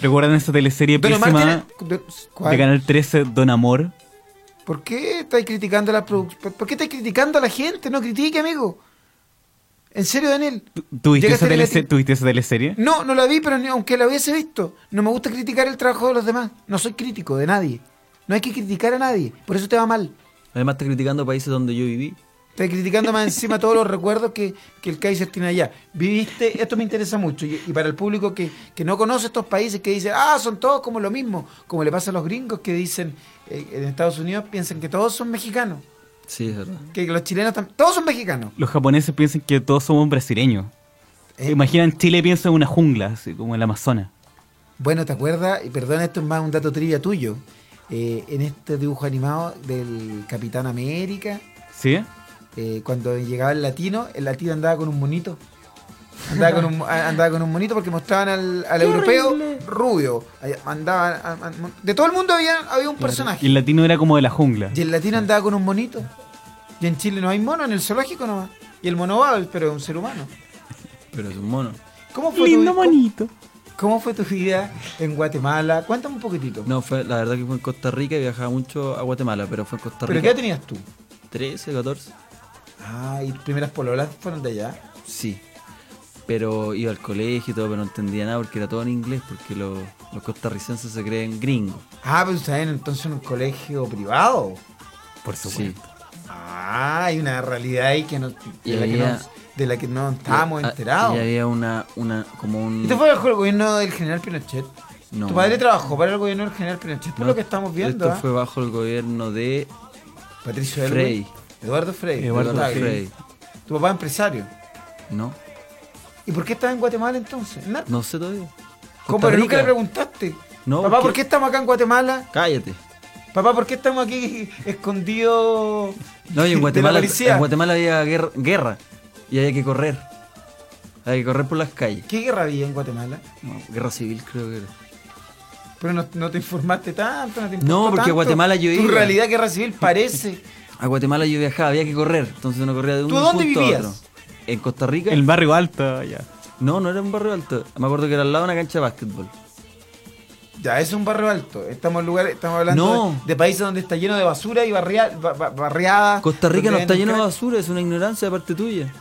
Speaker 5: ¿Recuerdan esa teleserie
Speaker 1: Don Omar
Speaker 5: pésima
Speaker 1: tiene-
Speaker 5: de
Speaker 1: ¿Cuál?
Speaker 5: Canal 13, Don Amor?
Speaker 1: ¿Por qué estáis criticando a la produ- por- ¿Por qué estáis criticando a la gente? No critique, amigo. ¿En serio, Daniel?
Speaker 5: ¿Tuviste
Speaker 1: Llegaste
Speaker 5: esa,
Speaker 1: a la
Speaker 5: telese-
Speaker 1: lati-
Speaker 5: ¿Tuviste esa teleserie?
Speaker 1: No, no la vi, pero ni- aunque la hubiese visto, no me gusta criticar el trabajo de los demás. No soy crítico de nadie. No hay que criticar a nadie. Por eso te va mal.
Speaker 4: Además está criticando países donde yo viví.
Speaker 1: Estás criticando más encima todos los recuerdos que, que el Kaiser tiene allá. Viviste, esto me interesa mucho. Y, y para el público que, que no conoce estos países, que dice, ah, son todos como lo mismo. Como le pasa a los gringos que dicen, eh, en Estados Unidos piensan que todos son mexicanos.
Speaker 4: Sí, es verdad.
Speaker 1: Que los chilenos también. Todos son mexicanos.
Speaker 5: Los japoneses piensan que todos somos brasileños.
Speaker 1: Eh,
Speaker 5: Imaginan Chile piensa en una jungla, así como el Amazonas.
Speaker 1: Bueno, ¿te acuerdas? Y perdona, esto es más un dato trivia tuyo. Eh, en este dibujo animado del Capitán América,
Speaker 5: ¿Sí?
Speaker 1: eh, cuando llegaba el latino, el latino andaba con un monito. Andaba con un, a- andaba con un monito porque mostraban al, al europeo rubio. Ay, Andaba, a- a- de todo el mundo había, había un
Speaker 5: Y
Speaker 1: personaje.
Speaker 5: el latino era como de la jungla.
Speaker 1: Y el latino andaba con un monito. Y en Chile no hay mono, en el zoológico nomás. Y el mono va, pero es un ser humano.
Speaker 4: Pero es un mono.
Speaker 1: ¿Cómo fue,
Speaker 5: Lindo
Speaker 1: tu, cómo,
Speaker 5: monito.
Speaker 1: cómo fue tu vida en Guatemala? Cuéntame un poquitito.
Speaker 4: No, fue, la verdad que fue en Costa Rica y viajaba mucho a Guatemala, pero fue en Costa
Speaker 1: ¿Pero
Speaker 4: Rica.
Speaker 1: qué edad tenías tú?
Speaker 4: 13, 14.
Speaker 1: Ah, y tus primeras pololas fueron de allá.
Speaker 4: Sí. Pero iba al colegio y todo, pero no entendía nada porque era todo en inglés, porque lo- los costarricenses se creen gringos.
Speaker 1: Ah, pero ustedes entonces en un colegio privado.
Speaker 5: Por
Speaker 4: Sí.
Speaker 5: supuesto.
Speaker 1: Ah, hay una realidad ahí que no, de,
Speaker 4: Y
Speaker 1: la, que
Speaker 4: había-
Speaker 1: no, de la que no estábamos
Speaker 4: Ah,
Speaker 1: enterados.
Speaker 4: Y había una, una, como un...
Speaker 1: Esto fue bajo el gobierno del general Pinochet.
Speaker 4: No.
Speaker 1: Tu padre trabajó para el gobierno del general Pinochet, por
Speaker 4: no,
Speaker 1: lo que estamos viendo.
Speaker 4: Esto
Speaker 1: ¿ah?
Speaker 4: fue bajo el gobierno de
Speaker 1: Patricio
Speaker 4: Frey.
Speaker 1: Elwin. Eduardo Frey.
Speaker 5: Eduardo
Speaker 1: Eduardo
Speaker 4: Frei.
Speaker 1: Frey. Tu papá es empresario.
Speaker 4: No,
Speaker 1: ¿Y por qué estás en Guatemala entonces? Narco.
Speaker 4: no sé todavía.
Speaker 1: ¿Cómo?
Speaker 4: Costa
Speaker 1: Pero nunca
Speaker 4: Rica.
Speaker 1: le preguntaste.
Speaker 4: No,
Speaker 1: Papá, ¿por
Speaker 4: porque-
Speaker 1: qué estamos acá en Guatemala?
Speaker 4: Cállate.
Speaker 1: Papá, ¿por qué estamos aquí escondidos?
Speaker 4: No, y
Speaker 1: de
Speaker 4: en
Speaker 1: la
Speaker 4: Guatemala,
Speaker 1: policía?
Speaker 4: en Guatemala había guerra, guerra y había que correr. Había que correr por las calles.
Speaker 1: ¿Qué guerra había en Guatemala?
Speaker 4: No, guerra civil creo que era.
Speaker 1: Pero no, no te informaste tanto, no te
Speaker 4: No,
Speaker 1: importó
Speaker 4: porque
Speaker 1: tanto.
Speaker 4: Guatemala yo
Speaker 1: Tu
Speaker 4: iba.
Speaker 1: realidad guerra civil parece.
Speaker 4: A Guatemala yo viajaba, había que correr. Entonces uno corría de un
Speaker 1: ¿Tú dónde
Speaker 4: punto
Speaker 1: vivías?
Speaker 4: a otro. En Costa Rica.
Speaker 5: El barrio alto, ya.
Speaker 4: No, no era un barrio alto. Me acuerdo que era al lado de una cancha de básquetbol.
Speaker 1: Ya, es un barrio alto. Estamos en lugar, estamos hablando
Speaker 4: No.
Speaker 1: de, de países donde está lleno de basura y barria- ba- ba- barriadas.
Speaker 4: Costa Rica no
Speaker 1: donde
Speaker 4: está
Speaker 1: hay
Speaker 4: lleno de
Speaker 1: crack
Speaker 4: basura, es una ignorancia de parte tuya.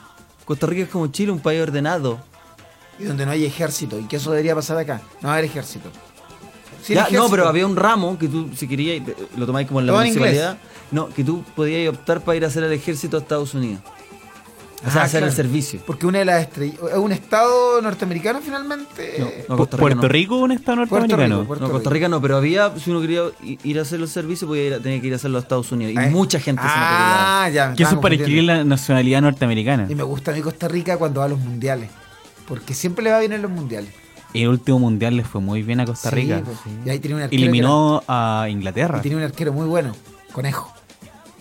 Speaker 4: Costa Rica es como Chile, un país ordenado.
Speaker 1: Y donde no hay ejército. Y que eso debería pasar acá. No va a haber ejército. Sí, el
Speaker 4: Ya, no,
Speaker 1: ejército.
Speaker 4: pero había un ramo que tú, si querías, y te- lo tomáis como en la
Speaker 1: Todo en
Speaker 4: municipalidad. No, que tú podías optar para ir a hacer el ejército a Estados Unidos. O
Speaker 1: Ah,
Speaker 4: sea, hacer
Speaker 1: claro.
Speaker 4: el servicio.
Speaker 1: Porque una de las estrellas. Un estado norteamericano finalmente.
Speaker 4: No,
Speaker 1: eh,
Speaker 4: no,
Speaker 5: Pu-
Speaker 4: Costa Rica
Speaker 5: Puerto
Speaker 4: no.
Speaker 5: Rico o un estado
Speaker 1: Puerto
Speaker 5: norteamericano.
Speaker 1: Rico, Puerto
Speaker 4: no, Costa Rica no, pero había, si uno quería i- ir a hacer los servicios, podía ir a- tenía que ir a hacerlo a Estados Unidos. Y
Speaker 1: Ah,
Speaker 4: mucha gente se matriculaba.
Speaker 1: Ah, ya. me
Speaker 5: Que eso es
Speaker 1: estaba
Speaker 5: para
Speaker 1: confundiendo.
Speaker 5: adquirir la nacionalidad norteamericana.
Speaker 1: Y me gusta a mí Costa Rica cuando va a los mundiales. Porque siempre le va bien en los mundiales.
Speaker 5: El último mundial le fue muy bien a Costa
Speaker 1: Sí,
Speaker 5: Rica.
Speaker 1: pues, Y ahí tiene un arquero.
Speaker 5: Eliminó a
Speaker 1: que era-
Speaker 5: Inglaterra.
Speaker 1: y tiene un arquero muy bueno, Conejo.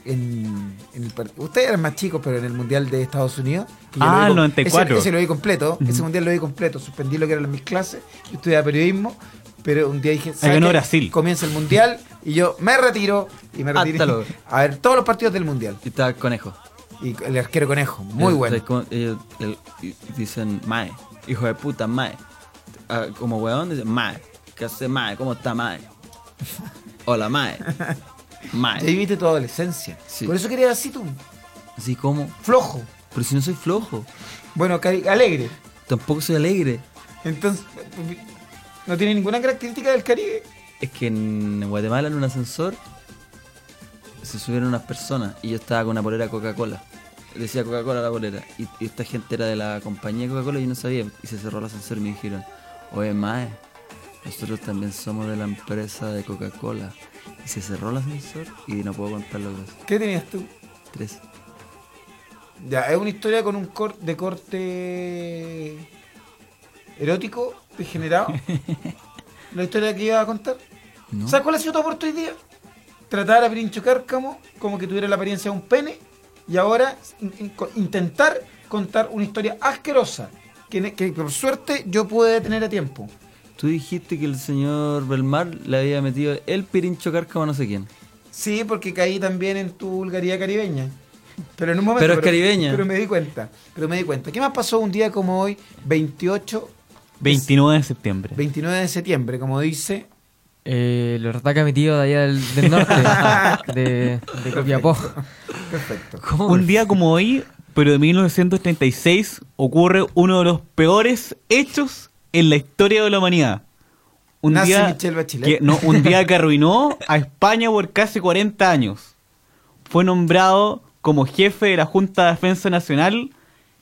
Speaker 1: En, en el par- Ustedes eran más chicos, pero en el mundial de Estados Unidos. que yo
Speaker 5: Ah,
Speaker 1: lo vi
Speaker 5: el
Speaker 1: com-
Speaker 5: 94.
Speaker 1: Ese, ese lo vi completo. Ese mundial lo vi completo. Suspendí lo que eran mis clases. Yo estudiaba periodismo. Pero un día dije,
Speaker 5: ganó
Speaker 1: "Saque,
Speaker 5: Brasil".
Speaker 1: Comienza el mundial. Y yo me retiro. Y me
Speaker 4: Hasta
Speaker 1: retiré.
Speaker 4: luego.
Speaker 1: A ver, todos los partidos del mundial.
Speaker 4: Y estaba Conejo.
Speaker 1: Y el arquero Conejo. Muy
Speaker 4: Eh,
Speaker 1: bueno.
Speaker 4: ¿sabes cómo? Ellos el- y- dicen, mae, hijo de puta, mae. Ah, como weón, dicen, mae, ¿qué hace mae? ¿Cómo está mae? Hola, mae.
Speaker 1: Ahí
Speaker 4: Mae.
Speaker 1: viviste tu adolescencia.
Speaker 4: Sí.
Speaker 1: Por eso quería así tú.
Speaker 4: Así como,
Speaker 1: Flojo.
Speaker 4: pero si no soy flojo,
Speaker 1: Bueno, cari- alegre.
Speaker 4: tampoco soy alegre.
Speaker 1: Entonces, no tiene ninguna característica del Caribe.
Speaker 4: Es que en Guatemala, en un ascensor, se subieron unas personas y yo estaba con una polera Coca-Cola. Decía Coca-Cola la polera. Y, y esta gente era de la compañía Coca-Cola y yo no sabía. Y se cerró el ascensor y me dijeron, oye, Mae, nosotros también somos de la empresa de Coca-Cola. Y se cerró el ascensor y no puedo contar los dos.
Speaker 1: ¿Qué tenías tú?
Speaker 4: Tres.
Speaker 1: Ya, es una historia con un cor de corte erótico, degenerado. la historia que iba a contar.
Speaker 4: ¿No?
Speaker 1: ¿Sabes cuál ha sido tu aporte hoy día? Tratar a Pirincho Cárcamo como que tuviera la apariencia de un pene y ahora in- in- co- intentar contar una historia asquerosa que, ne- que por suerte yo pude detener a tiempo.
Speaker 4: Tú dijiste que el señor Belmar le había metido el pirincho cárcamo a no sé quién.
Speaker 1: Sí, porque caí también en tu vulgaridad caribeña. Pero en un momento.
Speaker 4: Pero es caribeña.
Speaker 1: Pero me di cuenta. Pero me di cuenta. ¿Qué más pasó un día como hoy, 28,
Speaker 5: 29 de septiembre.
Speaker 1: 29 de septiembre, como dice?
Speaker 3: Eh, lo retaca mi tío de allá del, del norte, de, de Copiapó.
Speaker 1: Perfecto.
Speaker 3: ¿Cómo?
Speaker 5: Un día como hoy, pero de 1936, ocurre uno de los peores hechos en la historia de la humanidad. Un
Speaker 1: Nace
Speaker 5: día
Speaker 1: Michelle Bachelet.
Speaker 5: que, no, un día que arruinó a España por casi 40 años. Fue nombrado como jefe de la Junta de Defensa Nacional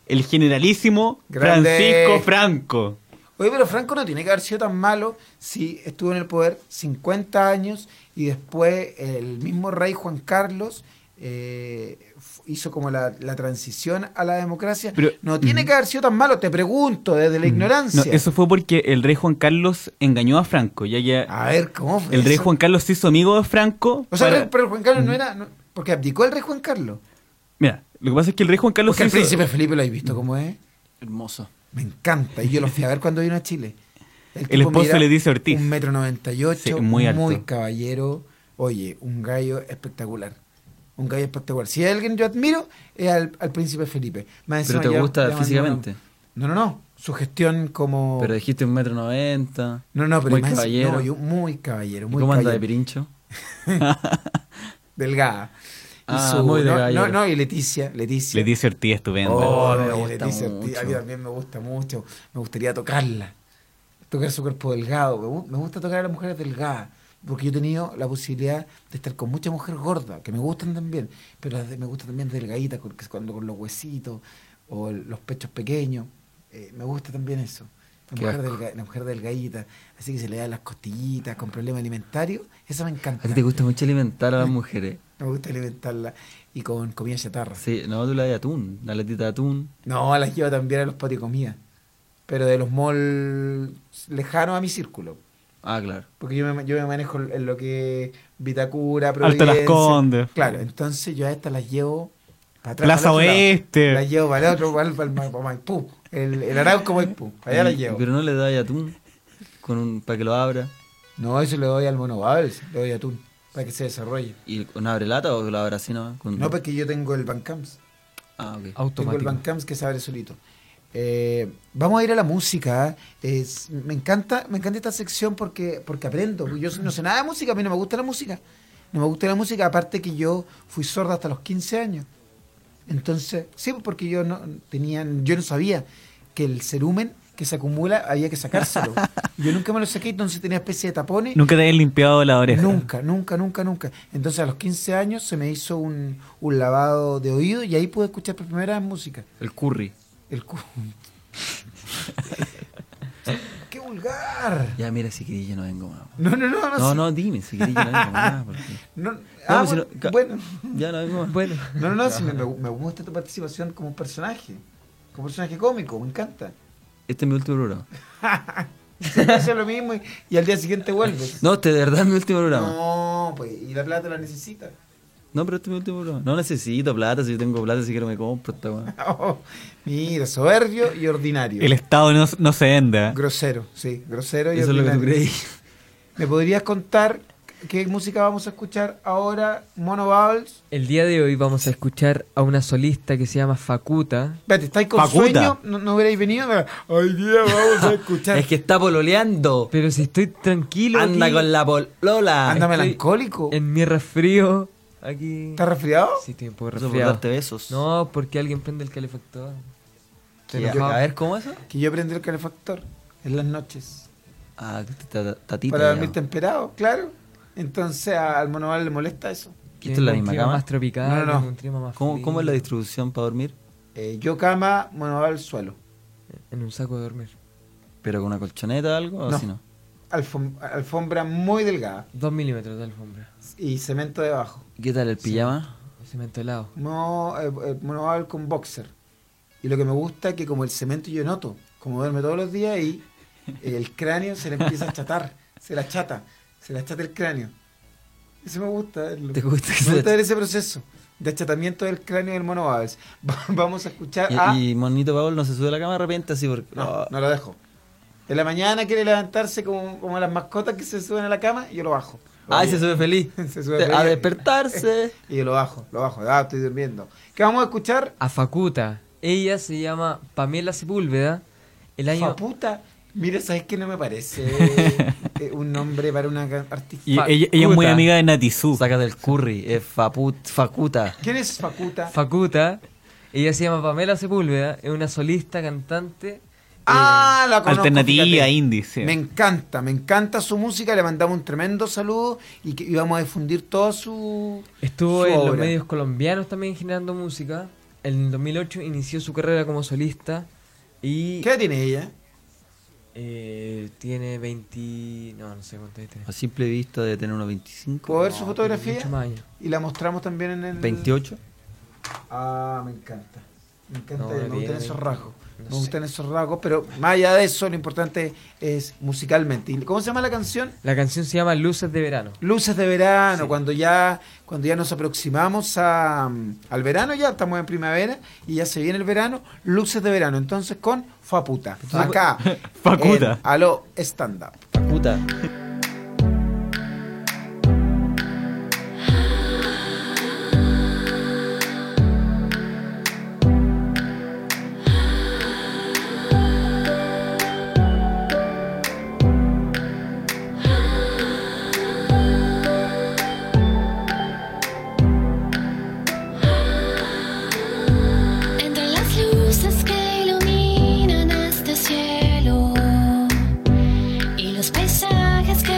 Speaker 5: el generalísimo
Speaker 1: Grande.
Speaker 5: Francisco Franco.
Speaker 1: Oye, pero Franco no tiene que haber sido tan malo si estuvo en el poder 50 años y después el mismo rey Juan Carlos eh, f- hizo como la, la transición a la democracia.
Speaker 5: Pero- Mm,
Speaker 1: no tiene que haber sido tan malo, te pregunto, desde la ignorancia.
Speaker 5: No, eso fue porque el rey Juan Carlos engañó a Franco, ya que
Speaker 1: A ver, ¿cómo fue
Speaker 5: el rey
Speaker 1: Ah, eso?
Speaker 5: Juan Carlos se hizo amigo de Franco.
Speaker 1: O sea, el
Speaker 5: para-
Speaker 1: rey- pero Juan Carlos no era. no- porque abdicó el rey Juan Carlos.
Speaker 5: Mira, lo que pasa es que el rey Juan Carlos
Speaker 1: Porque el
Speaker 5: se hizo-
Speaker 1: príncipe Felipe lo habéis visto como es.
Speaker 4: Hermoso.
Speaker 1: Me encanta. Y yo lo fui a ver cuando vino a Chile.
Speaker 5: El
Speaker 1: tipo
Speaker 5: esposo
Speaker 1: mira
Speaker 5: le dice Ortiz.
Speaker 1: Un metro noventa y ocho,
Speaker 5: Sí,
Speaker 1: muy,
Speaker 5: muy alto.
Speaker 1: caballero. Oye, un gallo espectacular. Un gallo espectacular. Si hay alguien yo admiro, es al, al príncipe Felipe. Más encima
Speaker 4: Pero te
Speaker 1: lleva-
Speaker 4: gusta
Speaker 1: lleva-
Speaker 4: físicamente.
Speaker 1: No, no, no. Su gestión como.
Speaker 4: Pero dijiste un metro noventa.
Speaker 1: no, no, pero
Speaker 4: muy
Speaker 1: más-
Speaker 4: caballero.
Speaker 1: no, yo- muy caballero.
Speaker 4: ¿Y
Speaker 1: Muy
Speaker 4: ¿Cómo anda de
Speaker 1: caballero.
Speaker 4: pirincho?
Speaker 1: Delgada. Y
Speaker 4: Ah, muy
Speaker 1: no,
Speaker 4: delgada,
Speaker 1: no,
Speaker 4: yo.
Speaker 1: no, y Leticia. Leticia.
Speaker 5: Le dice Ortiz estupendo.
Speaker 1: Oh,
Speaker 4: Me
Speaker 1: no,
Speaker 4: gusta
Speaker 1: Leticia Ortiz,
Speaker 4: mucho.
Speaker 1: a mí también me gusta mucho. Me gustaría tocarla. Tocar su cuerpo delgado. Me, gu- me gusta tocar a las mujeres delgadas. Porque yo he tenido la posibilidad de estar con muchas mujeres gordas, que me gustan también. Pero las de- me gustan también delgaditas, con, que- cuando con los huesitos o el- los pechos pequeños. Eh, me gusta también eso. La
Speaker 4: Qué
Speaker 1: mujer,
Speaker 4: asco.
Speaker 1: delga- la mujer delgadita, así que se le dan las costillitas con problema alimentario. Esa me encanta.
Speaker 4: A ti te gusta mucho alimentar a las mujeres.
Speaker 1: Me gusta alimentarla y con comida chatarra.
Speaker 4: Sí, no, tú la de atún, la latita de atún.
Speaker 1: No, las llevo también a los patios de comida. Pero de los malls lejanos a mi círculo.
Speaker 4: Ah, claro.
Speaker 1: Porque yo me, yo me manejo en lo que es Vitacura,
Speaker 5: Alto Las
Speaker 1: Providencia.
Speaker 5: Condes.
Speaker 1: Claro, entonces yo a estas las llevo para atrás. para
Speaker 5: Plaza
Speaker 1: el otro lado.
Speaker 5: Oeste.
Speaker 1: Las llevo para el otro, para, el- para el Ma- para Maipú. El, el Arauco Maipú. Allá las
Speaker 4: Y-
Speaker 1: llevo.
Speaker 4: Pero no le das atún con un, para que lo abra.
Speaker 1: No, eso le doy al mono Babels, le doy a atún, para que se desarrolle.
Speaker 4: ¿Y con abre lata o lo abra así nomás? Con-
Speaker 5: Mm.
Speaker 1: No, pues. porque yo tengo el Bancams.
Speaker 4: Ah, ok.
Speaker 1: Tengo el
Speaker 3: Automático.
Speaker 1: Bandcamp que se abre solito. Eh, vamos a ir a la música. ¿eh? Es- me encanta, me encanta esta sección porque, porque aprendo. Yo no sé nada de música, a mí no me gusta la música. No me gusta la música, aparte que yo fui sorda hasta los 15 años. pues, Entonces, sí, porque yo no tenía, yo no sabía que el cerumen, que se acumula había que sacárselo. Yo nunca me lo saqué, entonces tenía especie de tapones.
Speaker 5: Nunca te habías limpiado la oreja.
Speaker 1: Nunca, nunca, nunca, nunca. Entonces a los 15 años se me hizo un, un lavado de oído y ahí pude escuchar por primera vez música.
Speaker 4: El curry.
Speaker 1: El cu... ¡Qué vulgar!
Speaker 4: Ya, mira, si querés, yo no vengo más.
Speaker 1: No, no, no, no.
Speaker 4: No,
Speaker 1: sí.
Speaker 4: no, dime, si querés, yo no vengo más. porque
Speaker 1: No, ah,
Speaker 4: pues si
Speaker 1: bueno,
Speaker 4: no- ca-
Speaker 1: bueno.
Speaker 4: Ya no vengo más. Bueno.
Speaker 1: No, no, no, sí, me, me gusta tu participación como un personaje, como un personaje cómico, me encanta.
Speaker 4: Este es mi último programa.
Speaker 1: Siempre haces lo mismo y, y al día siguiente vuelves.
Speaker 4: No, este de verdad es mi último programa. No,
Speaker 1: No, pues, y la plata la necesitas.
Speaker 4: pero este es mi último programa. No necesito plata, si yo tengo plata, si quiero me compro esta weá.
Speaker 1: Oh, mira, soberbio y ordinario.
Speaker 5: El Estado no, no se ¿eh? venda.
Speaker 1: Grosero, sí, grosero y
Speaker 4: Eso es lo que tú
Speaker 1: ordinario.
Speaker 4: creí.
Speaker 1: ¿Me podrías contar qué música vamos a escuchar ahora? Mono Bowls.
Speaker 3: El día de hoy vamos a escuchar a una solista que se llama Facuta.
Speaker 1: Espérate, ¿estáis con
Speaker 5: Facuta.
Speaker 1: sueño? ¿No, no hubierais venido? Hoy día vamos a escuchar.
Speaker 4: Es que está pololeando.
Speaker 3: Pero si estoy tranquilo.
Speaker 4: Anda
Speaker 3: aquí,
Speaker 4: con la polola.
Speaker 1: Anda
Speaker 3: estoy
Speaker 1: melancólico.
Speaker 3: En mi resfrío. Aquí.
Speaker 1: ¿Estás resfriado?
Speaker 3: Sí, estoy un poco
Speaker 4: Eso por darte
Speaker 3: resfriado.
Speaker 4: besos.
Speaker 3: No, porque alguien prende el calefactor.
Speaker 4: Que-
Speaker 1: Yo-
Speaker 4: a ver, ¿cómo es eso?
Speaker 1: Que yo prendo el calefactor en las noches.
Speaker 4: Ah, ta- ta- tatita.
Speaker 1: para
Speaker 4: ya.
Speaker 1: dormir temperado, claro. Entonces al monoval le molesta eso.
Speaker 4: ¿Esto es
Speaker 3: Tengo
Speaker 4: la
Speaker 3: un
Speaker 4: misma
Speaker 3: clima
Speaker 4: cama?
Speaker 3: más tropical,
Speaker 1: No, no, no.
Speaker 3: tengo un clima más
Speaker 4: ¿Cómo,
Speaker 3: frío,
Speaker 4: ¿Cómo es la distribución para dormir?
Speaker 1: Eh, yo cama, monoval suelo.
Speaker 3: En un saco de dormir.
Speaker 4: ¿Pero con una colchoneta o algo? ¿O
Speaker 1: No.
Speaker 4: si no?
Speaker 1: Alfom- alfombra muy delgada
Speaker 3: Dos milímetros de alfombra.
Speaker 1: y cemento debajo.
Speaker 4: ¿Y ¿Qué tal el pijama?
Speaker 3: Cemento helado.
Speaker 1: No, eh, eh, monoval con boxer. Y lo que me gusta es que como el cemento yo noto, como duerme todos los días y el cráneo se le empieza a achatar, se la chata, se le achata el cráneo. Eso me gusta. verlo.
Speaker 4: ¿Te gusta que se
Speaker 1: me gusta
Speaker 4: le-
Speaker 1: ver ese proceso de achatamiento del cráneo del mono Babels. Va- Vamos a escuchar
Speaker 4: Y,
Speaker 1: a...
Speaker 4: y Monito Paul no se sube a la cama de repente así porque...
Speaker 1: Ah, No,
Speaker 4: Oh,
Speaker 1: no lo dejo. En la mañana quiere levantarse como, como las mascotas que se suben a la cama y yo lo bajo.
Speaker 4: ¡Ay, Ah, se sube feliz!
Speaker 1: Se sube
Speaker 4: A
Speaker 1: feliz.
Speaker 4: despertarse.
Speaker 1: Y yo lo bajo, lo bajo. Ah, estoy durmiendo. ¿Qué vamos a escuchar?
Speaker 3: A Facuta. Ella se llama Pamela Sepúlveda. El año.
Speaker 1: Faputa. Mira, ¿sabes qué? No me parece eh, un nombre para una ca- artista.
Speaker 5: Y
Speaker 3: Facuta.
Speaker 5: ella, ella es muy amiga de Natizú.
Speaker 4: Saca del curry. Es faput, facuta.
Speaker 1: ¿Quién es Facuta?
Speaker 5: Eh,
Speaker 3: Facuta. Ella se llama Pamela Sepúlveda. Es una solista cantante.
Speaker 1: ah, la conozco.
Speaker 5: Alternativa,
Speaker 1: fíjate.
Speaker 5: indie, sí.
Speaker 1: Me encanta, me encanta su música. Le mandamos un tremendo saludo y, que, y vamos a difundir todo su.
Speaker 3: Eh, Estuvo
Speaker 1: su
Speaker 3: en los
Speaker 1: obra.
Speaker 3: medios colombianos también generando música. En el 2008 inició su carrera como solista. Y
Speaker 1: ¿Qué tiene ella?
Speaker 3: eh, tiene 20. No, no sé cuánto tiene.
Speaker 4: A simple vista de tener unos 25.
Speaker 1: ¿Puedo ver su
Speaker 3: No,
Speaker 1: fotografía?
Speaker 3: mucho más años.
Speaker 1: Y la mostramos también en el.
Speaker 4: 28.
Speaker 1: Ah, me encanta. Me encanta,
Speaker 3: No,
Speaker 1: me
Speaker 3: bien,
Speaker 1: gustan esos rasgos.
Speaker 3: no
Speaker 1: me
Speaker 3: sé.
Speaker 1: gustan esos rasgos, pero más allá de eso, lo importante es musicalmente. ¿Y ¿Cómo se llama la canción?
Speaker 3: La canción se llama Luces de Verano.
Speaker 1: Luces de verano, cuando ya cuando ya nos aproximamos a, mm, al verano, ya estamos en primavera y ya se viene el verano, luces de verano. Entonces con Faputa. Acá.
Speaker 5: Facuta.
Speaker 1: en Aló, stand up.
Speaker 4: Facuta.
Speaker 6: Entre las luces que iluminan este cielo y los paisajes
Speaker 7: este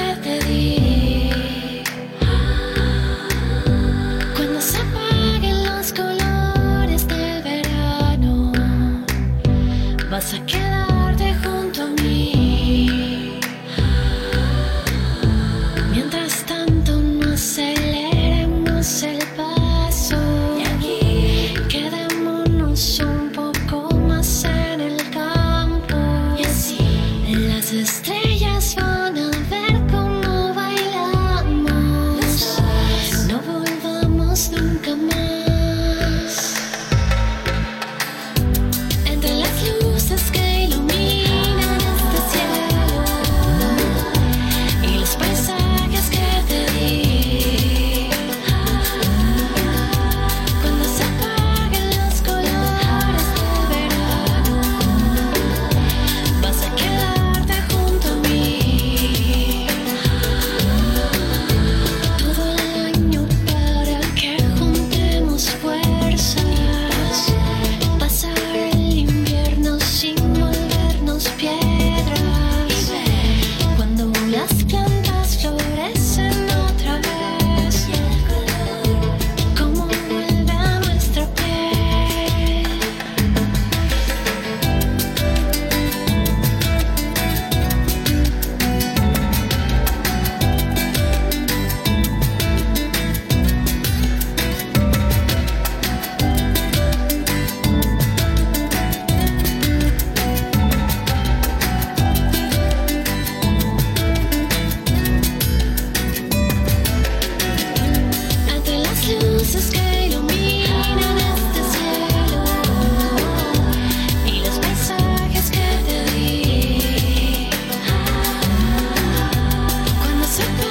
Speaker 7: este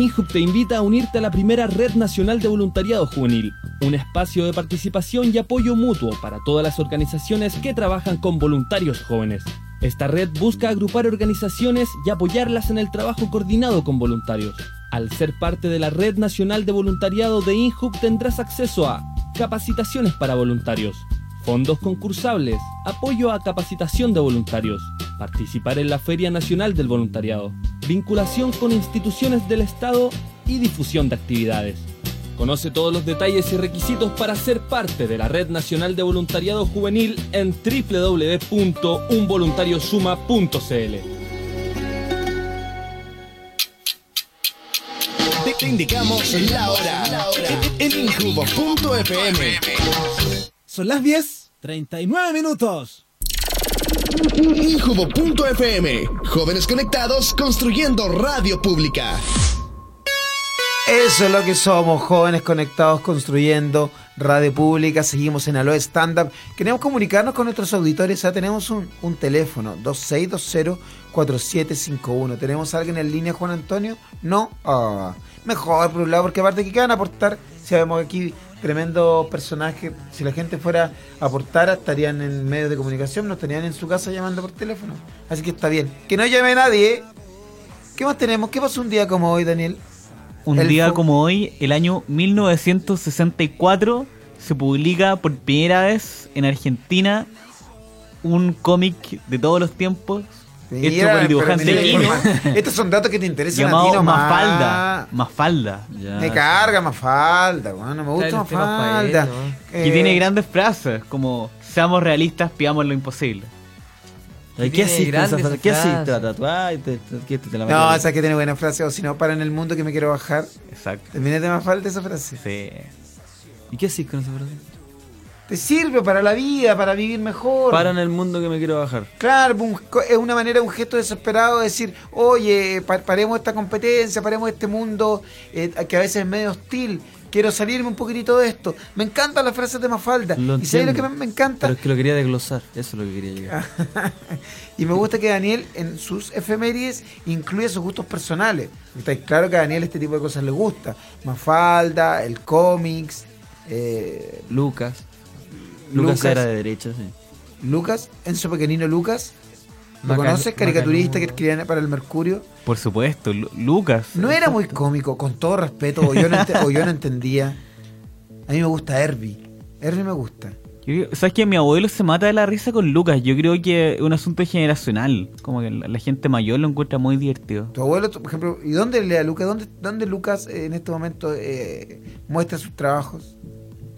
Speaker 8: INJUB te invita a unirte a la primera Red Nacional de Voluntariado Juvenil, un espacio de participación y apoyo mutuo para todas las organizaciones que trabajan con voluntarios jóvenes. Esta red busca agrupar organizaciones y apoyarlas en el trabajo coordinado con voluntarios. Al ser parte de la Red Nacional de Voluntariado de INJUB tendrás acceso a capacitaciones para voluntarios, fondos concursables, apoyo a capacitación de voluntarios, participar en la Feria Nacional del Voluntariado, vinculación con instituciones del Estado y difusión de actividades. Conoce todos los detalles y requisitos para ser parte de la Red Nacional de Voluntariado Juvenil en www.unvoluntariosuma.cl.
Speaker 2: Te, te indicamos la hora. En en Injubo.fm.
Speaker 1: Son las 10, 39 minutos.
Speaker 2: Injubo.fm. Jóvenes conectados construyendo radio pública.
Speaker 1: Eso es lo que somos, jóvenes conectados construyendo radio pública. Seguimos en Aloe Stand Up. Queremos comunicarnos con nuestros auditores. Ya tenemos un, un teléfono, 2620-4751. ¿Tenemos a alguien en línea, Juan Antonio? No. Ah, mejor, por un lado, porque aparte, ¿qué van a aportar? Si vemos aquí tremendos personajes, si la gente fuera a aportar, estarían en medios de comunicación, nos estarían en su casa llamando por teléfono. Así que está bien. Que no llame nadie. ¿eh? ¿Qué más tenemos? ¿Qué pasó un día como hoy, Daniel?
Speaker 5: Un
Speaker 1: El
Speaker 5: día
Speaker 1: fu-
Speaker 5: como hoy, el año 1964, se publica por primera vez en Argentina un cómic de todos los tiempos hecho
Speaker 1: Mira,
Speaker 5: por el dibujante
Speaker 1: pero mira,
Speaker 5: Quino,
Speaker 1: Estos son datos que te interesan a ti
Speaker 5: llamado
Speaker 1: nomás.
Speaker 5: Mafalda. Ah, Mafalda.
Speaker 4: Ya.
Speaker 1: Me carga Mafalda, weón, no me gusta
Speaker 3: Claro, el tema
Speaker 1: Mafalda.
Speaker 3: pa' él,
Speaker 5: Y
Speaker 1: Eh,
Speaker 5: tiene grandes frases como seamos realistas, pidamos lo imposible.
Speaker 4: ¿Qué,
Speaker 3: Tiene
Speaker 4: haces?
Speaker 3: grandes
Speaker 4: con esa frase? ¿Qué
Speaker 3: frases.
Speaker 4: haces? ¿Te la tatuás y te, te- qué, te- te la
Speaker 1: No,
Speaker 4: metes?
Speaker 1: esa que tiene buena frase, o si no, para en el mundo que me quiero bajar.
Speaker 5: Exacto.
Speaker 1: También es de Mafalda esa frase.
Speaker 5: Sí.
Speaker 4: ¿Y qué haces con esa frase?
Speaker 1: Te sirve para la vida, para vivir mejor.
Speaker 4: Para en el mundo que me quiero bajar.
Speaker 1: Claro, un- co- es una manera, un gesto desesperado de decir, oye, pa- paremos esta competencia, paremos este mundo eh, que a veces es medio hostil. Quiero salirme un poquitito de esto. Me encantan las frases de Mafalda.
Speaker 4: Lo
Speaker 1: ¿Y sabes lo que
Speaker 4: entiendo.
Speaker 1: más me encanta?
Speaker 4: Pero es que lo quería desglosar. Eso es lo que quería llegar.
Speaker 1: Ah. Y me gusta que Daniel en sus efemérides incluye sus gustos personales. Está claro que a Daniel este tipo de cosas le gusta. Mafalda, el cómics, eh,
Speaker 4: Lucas. Lucas.
Speaker 1: Lucas.
Speaker 4: era de derecha, sí.
Speaker 1: Lucas, Enzo Pequenino Lucas. ¿Lo
Speaker 3: Macan-
Speaker 1: conoces? Caricaturista que
Speaker 3: Macanudo.
Speaker 1: escribía para el Mercurio.
Speaker 5: Por supuesto, Lu- Lucas.
Speaker 1: No era muy cómico, con todo respeto, o yo no, ente- o yo no entendía. A mí me gusta Herbie. Herbie me gusta.
Speaker 5: Yo creo- ¿Sabes que Mi abuelo se mata de la risa con Lucas. Yo creo que es un asunto generacional. Como que la la gente mayor lo encuentra muy divertido.
Speaker 1: Tu abuelo, tu- por ejemplo, ¿y dónde lea Lucas? ¿Dónde, dónde Lucas eh, en este momento eh, muestra sus trabajos?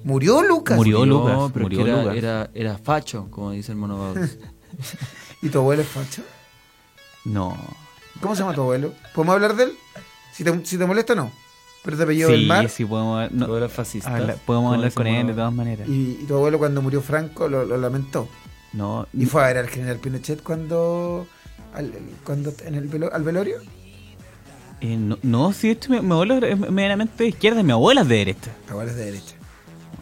Speaker 1: ¿Murió Lucas?
Speaker 5: Murió
Speaker 4: No,
Speaker 5: Lucas,
Speaker 4: pero es
Speaker 5: murió
Speaker 4: que era,
Speaker 5: Lucas.
Speaker 4: Era, era facho, como dice el mono Bauer.
Speaker 1: ¿Y tu abuelo es facho?
Speaker 5: No.
Speaker 1: ¿Cómo se llama tu abuelo? ¿Podemos hablar de él? Si te, si te molesta, no. Pero te apellido del
Speaker 5: Sí,
Speaker 1: mar.
Speaker 5: sí, podemos, no,
Speaker 4: Todo era fascista.
Speaker 5: habla- Ah, podemos
Speaker 4: Como
Speaker 5: hablar
Speaker 4: dice
Speaker 5: con
Speaker 4: el mono
Speaker 5: él de
Speaker 4: Bauer.
Speaker 5: todas maneras.
Speaker 1: Y, y tu abuelo cuando murió Franco lo, lo lamentó.
Speaker 5: No,
Speaker 1: Y fue a ver al general Pinochet cuando... al- cuando en el velo- al velorio.
Speaker 5: eh, no, no, sí, de hecho, mi, mi abuelo es medianamente de izquierda y mi abuela es de derecha.
Speaker 1: Tu abuelo es de derecha.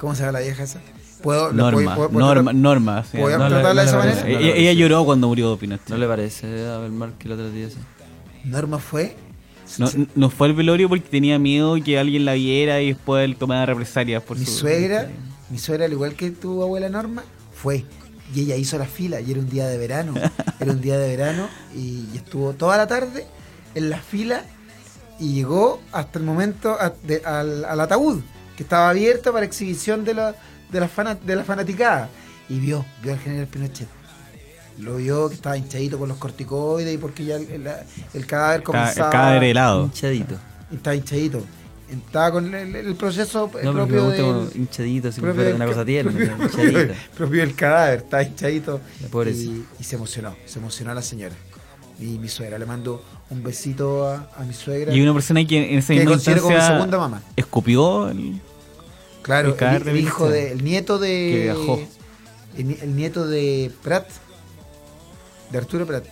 Speaker 1: ¿Cómo se llama la vieja esa? ¿Puedo, la-
Speaker 5: Norma,
Speaker 1: puedo- puedo-
Speaker 5: norma,
Speaker 1: puedo-
Speaker 5: norma. sí,
Speaker 1: ¿Puedo
Speaker 5: no,
Speaker 4: le-
Speaker 1: tratarla de esa
Speaker 4: no le
Speaker 5: no,
Speaker 4: parece.
Speaker 1: manera?
Speaker 5: ella, ella lloró cuando murió Pinochet.
Speaker 4: ¿No le parece a Belmar que el otro día sí?
Speaker 1: Norma fue...
Speaker 5: No, no fue al velorio porque tenía miedo que alguien la viera y después él tomara represalias por
Speaker 1: mi
Speaker 5: su- eh,
Speaker 1: suegra, mi suegra, al igual que tu abuela Norma, fue. Y ella hizo la fila y era un día de verano. Era un día de verano y, y estuvo toda la tarde en la fila y llegó hasta el momento a- de- al, al ataúd, que estaba abierto para exhibición de la, de, la fana- de la fanaticada. Y vio, vio al general Pinochet. Lo vio que estaba hinchadito con los corticoides y porque ya el, el- el cadáver
Speaker 5: Ca-
Speaker 1: comenzaba.
Speaker 5: cadáver helado.
Speaker 4: Hinchadito.
Speaker 1: Estaba hinchadito. Estaba con el, el proceso eh,
Speaker 4: No, pero me
Speaker 1: propio
Speaker 4: gusta
Speaker 1: de
Speaker 4: como hinchadito, así como
Speaker 1: propio
Speaker 4: fuera
Speaker 1: del
Speaker 4: una
Speaker 1: ca-
Speaker 4: cosa tierna.
Speaker 1: propio-
Speaker 4: Hinchadito.
Speaker 1: propio del cadáver, está hinchadito.
Speaker 4: La pobrecita.
Speaker 1: Y, y se emocionó, se emocionó la señora. Y mi suegra, le mando un besito a, a mi suegra.
Speaker 5: Y una persona que en esa
Speaker 1: que
Speaker 5: misma
Speaker 1: considero como mi
Speaker 5: instancia
Speaker 1: segunda mamá.
Speaker 5: escupió el-
Speaker 1: Claro,
Speaker 5: el cadáver
Speaker 1: el,
Speaker 5: de
Speaker 1: el hijo
Speaker 5: Vincent.
Speaker 1: de, el nieto de.
Speaker 4: Que viajó.
Speaker 1: El, ni- el nieto de Pratt. De Arturo Pratt.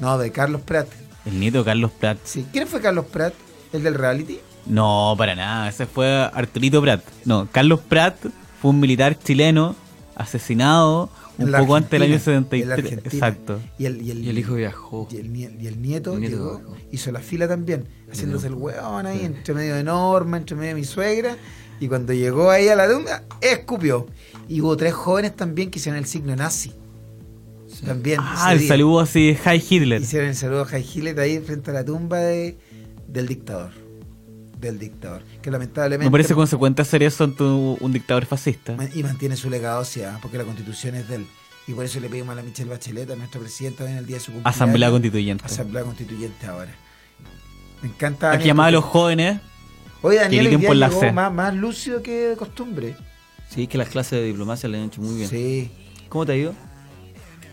Speaker 1: No, de Carlos Pratt.
Speaker 5: el nieto de Carlos Pratt.
Speaker 1: Sí. ¿Quién fue Carlos Pratt? ¿El del reality?
Speaker 5: No, para nada. Ese fue Arturito Prat. No, Carlos Prat fue un militar chileno asesinado, un un
Speaker 1: la
Speaker 5: poco antes del año
Speaker 1: Argentina, en la
Speaker 5: 73.
Speaker 1: Argentina.
Speaker 5: Exacto.
Speaker 1: Y el, y el-
Speaker 4: Y el hijo viajó.
Speaker 1: y el, nie- y el nieto,
Speaker 4: El nieto
Speaker 1: llegó,
Speaker 4: bajó.
Speaker 1: hizo la fila también, haciéndose el hueón ahí, entre medio de Norma, entre medio de mi suegra. Y cuando llegó ahí a la duna, escupió. Y hubo tres jóvenes también que hicieron el signo nazi. También.
Speaker 5: Ah,
Speaker 1: ese
Speaker 5: el
Speaker 1: día.
Speaker 5: saludo así, Hi Hitler.
Speaker 1: Hicieron el saludo a Jai Gillet ahí frente a la tumba de, del dictador. Del dictador. Que lamentablemente.
Speaker 5: Me parece consecuente hacer eso ante un dictador fascista.
Speaker 1: Man- Y mantiene su legado, sí, ah, porque la constitución es de él. Y por eso le pedimos a la Michelle Bachelet, a nuestra presidenta, hoy en el día de su cumpleaños.
Speaker 5: Asamblea Constituyente.
Speaker 1: Asamblea Constituyente ahora. Me encanta.
Speaker 5: Aquí
Speaker 1: Daniel.
Speaker 5: llamaba a los jóvenes.
Speaker 1: Oye, Daniel,
Speaker 5: eligen
Speaker 1: hoy día
Speaker 5: por la
Speaker 1: llegó
Speaker 5: fe.
Speaker 1: más, más lúcido que de costumbre.
Speaker 4: Sí, que las clases de diplomacia le han hecho muy bien.
Speaker 1: Sí.
Speaker 4: ¿Cómo te ha ido?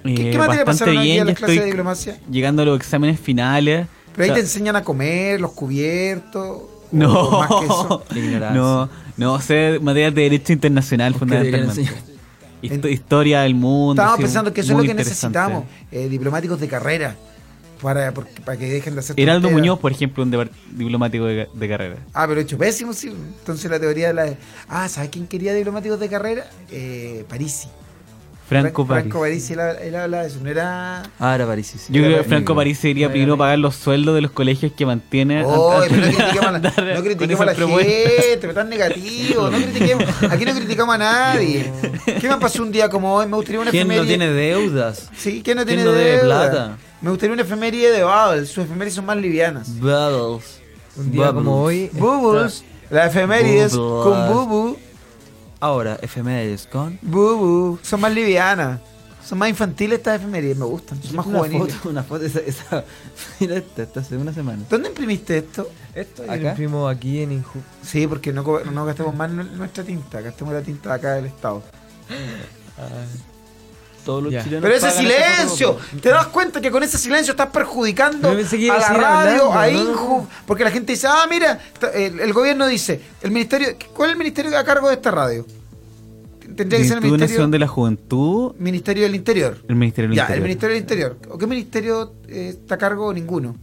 Speaker 1: ¿Qué,
Speaker 5: eh,
Speaker 1: qué materia
Speaker 5: bastante
Speaker 1: pasaron hoy día
Speaker 5: bien.
Speaker 1: en
Speaker 5: Ya
Speaker 1: las clases de
Speaker 5: estoy
Speaker 1: diplomacia?
Speaker 5: llegando a los exámenes finales.
Speaker 1: Pero ahí
Speaker 5: O
Speaker 1: te
Speaker 5: sea,
Speaker 1: enseñan a comer, los cubiertos. o- o más que
Speaker 5: no,
Speaker 1: eso.
Speaker 4: Ignorancia.
Speaker 5: no, no, sé materias de derecho internacional
Speaker 4: Aunque deberían
Speaker 5: fundamentalmente.
Speaker 4: enseñar.
Speaker 5: Histo- historia del mundo.
Speaker 1: Estábamos
Speaker 5: sí,
Speaker 1: pensando que eso es lo
Speaker 5: muy
Speaker 1: que
Speaker 5: interesante.
Speaker 1: necesitamos, eh, diplomáticos de carrera, para, porque- para que dejen de hacer...
Speaker 5: Heraldo
Speaker 1: tonteras.
Speaker 5: Muñoz, por ejemplo, un depart- diplomático de, ca- de carrera.
Speaker 1: Ah, pero hecho pésimo, sí. Entonces la teoría de la... Ah, ¿sabes quién quería diplomáticos de carrera? Eh, Parisi.
Speaker 5: Franco París.
Speaker 1: Franco Parisi, él, él habla de eso, no era...
Speaker 4: Ah, era París, sí, sí.
Speaker 5: Yo creo que
Speaker 1: París.
Speaker 5: Franco París debería
Speaker 3: Era
Speaker 5: primero
Speaker 3: París.
Speaker 5: pagar los sueldos de los colegios que
Speaker 4: Eh,
Speaker 5: mantiene.
Speaker 1: Oh,
Speaker 5: antes
Speaker 1: pero no
Speaker 5: de
Speaker 1: critiquemos a la,
Speaker 5: andar
Speaker 1: no
Speaker 5: con
Speaker 1: critiquemos a la
Speaker 5: esas propuestas.
Speaker 1: gente, pero tan negativo, no critiquemos, aquí no criticamos a nadie. ¿Qué más pasó un día como hoy? Me gustaría una
Speaker 4: ¿Quién no
Speaker 1: efeméride-
Speaker 4: tiene deudas?
Speaker 1: Sí, ¿quién no
Speaker 4: quién
Speaker 1: tiene
Speaker 4: no debe
Speaker 1: deuda?
Speaker 4: plata?
Speaker 1: Me gustaría una efeméride de Babel, sus efemérides son más livianas.
Speaker 4: Bubbles.
Speaker 3: Un día como hoy. está-
Speaker 1: Bubbles, la efemérides
Speaker 4: Bubbles.
Speaker 1: con Bubu,
Speaker 4: Ahora, efemérides con...
Speaker 1: Bubu, son más livianas, son más infantiles estas efemérides, me gustan, son más
Speaker 4: una
Speaker 1: juveniles.
Speaker 4: Foto, una foto, esa... esa- mira esta, esta hace una semana.
Speaker 1: ¿Dónde imprimiste esto?
Speaker 3: Esto
Speaker 4: ¿Acá?
Speaker 3: lo imprimimos aquí en Inju.
Speaker 1: Sí, porque no, co- no gastemos más nu- nuestra tinta, gastemos la tinta de acá del Estado.
Speaker 4: Todos los
Speaker 3: Ya.
Speaker 4: chilenos
Speaker 1: Pero ese
Speaker 4: pagan esta
Speaker 1: silencio,
Speaker 4: foto.
Speaker 1: ¿te das cuenta que con ese silencio estás perjudicando
Speaker 3: Yo pensé que iba
Speaker 1: a
Speaker 3: a
Speaker 1: la
Speaker 3: seguir
Speaker 1: radio,
Speaker 3: hablando,
Speaker 1: a
Speaker 3: ¿no?
Speaker 1: Inju? Porque la gente dice, ah, mira, ta- el, el gobierno dice, el ministerio, ¿cuál es el ministerio a cargo de esta radio? Tendría que ser el
Speaker 5: Instituto Nacional
Speaker 1: ministerio,
Speaker 5: de la Juventud,
Speaker 1: ministerio del Interior.
Speaker 5: el Ministerio del
Speaker 1: ya,
Speaker 5: Interior.
Speaker 1: el Ministerio del Interior. ¿O qué ministerio eh, está a cargo? Ninguno.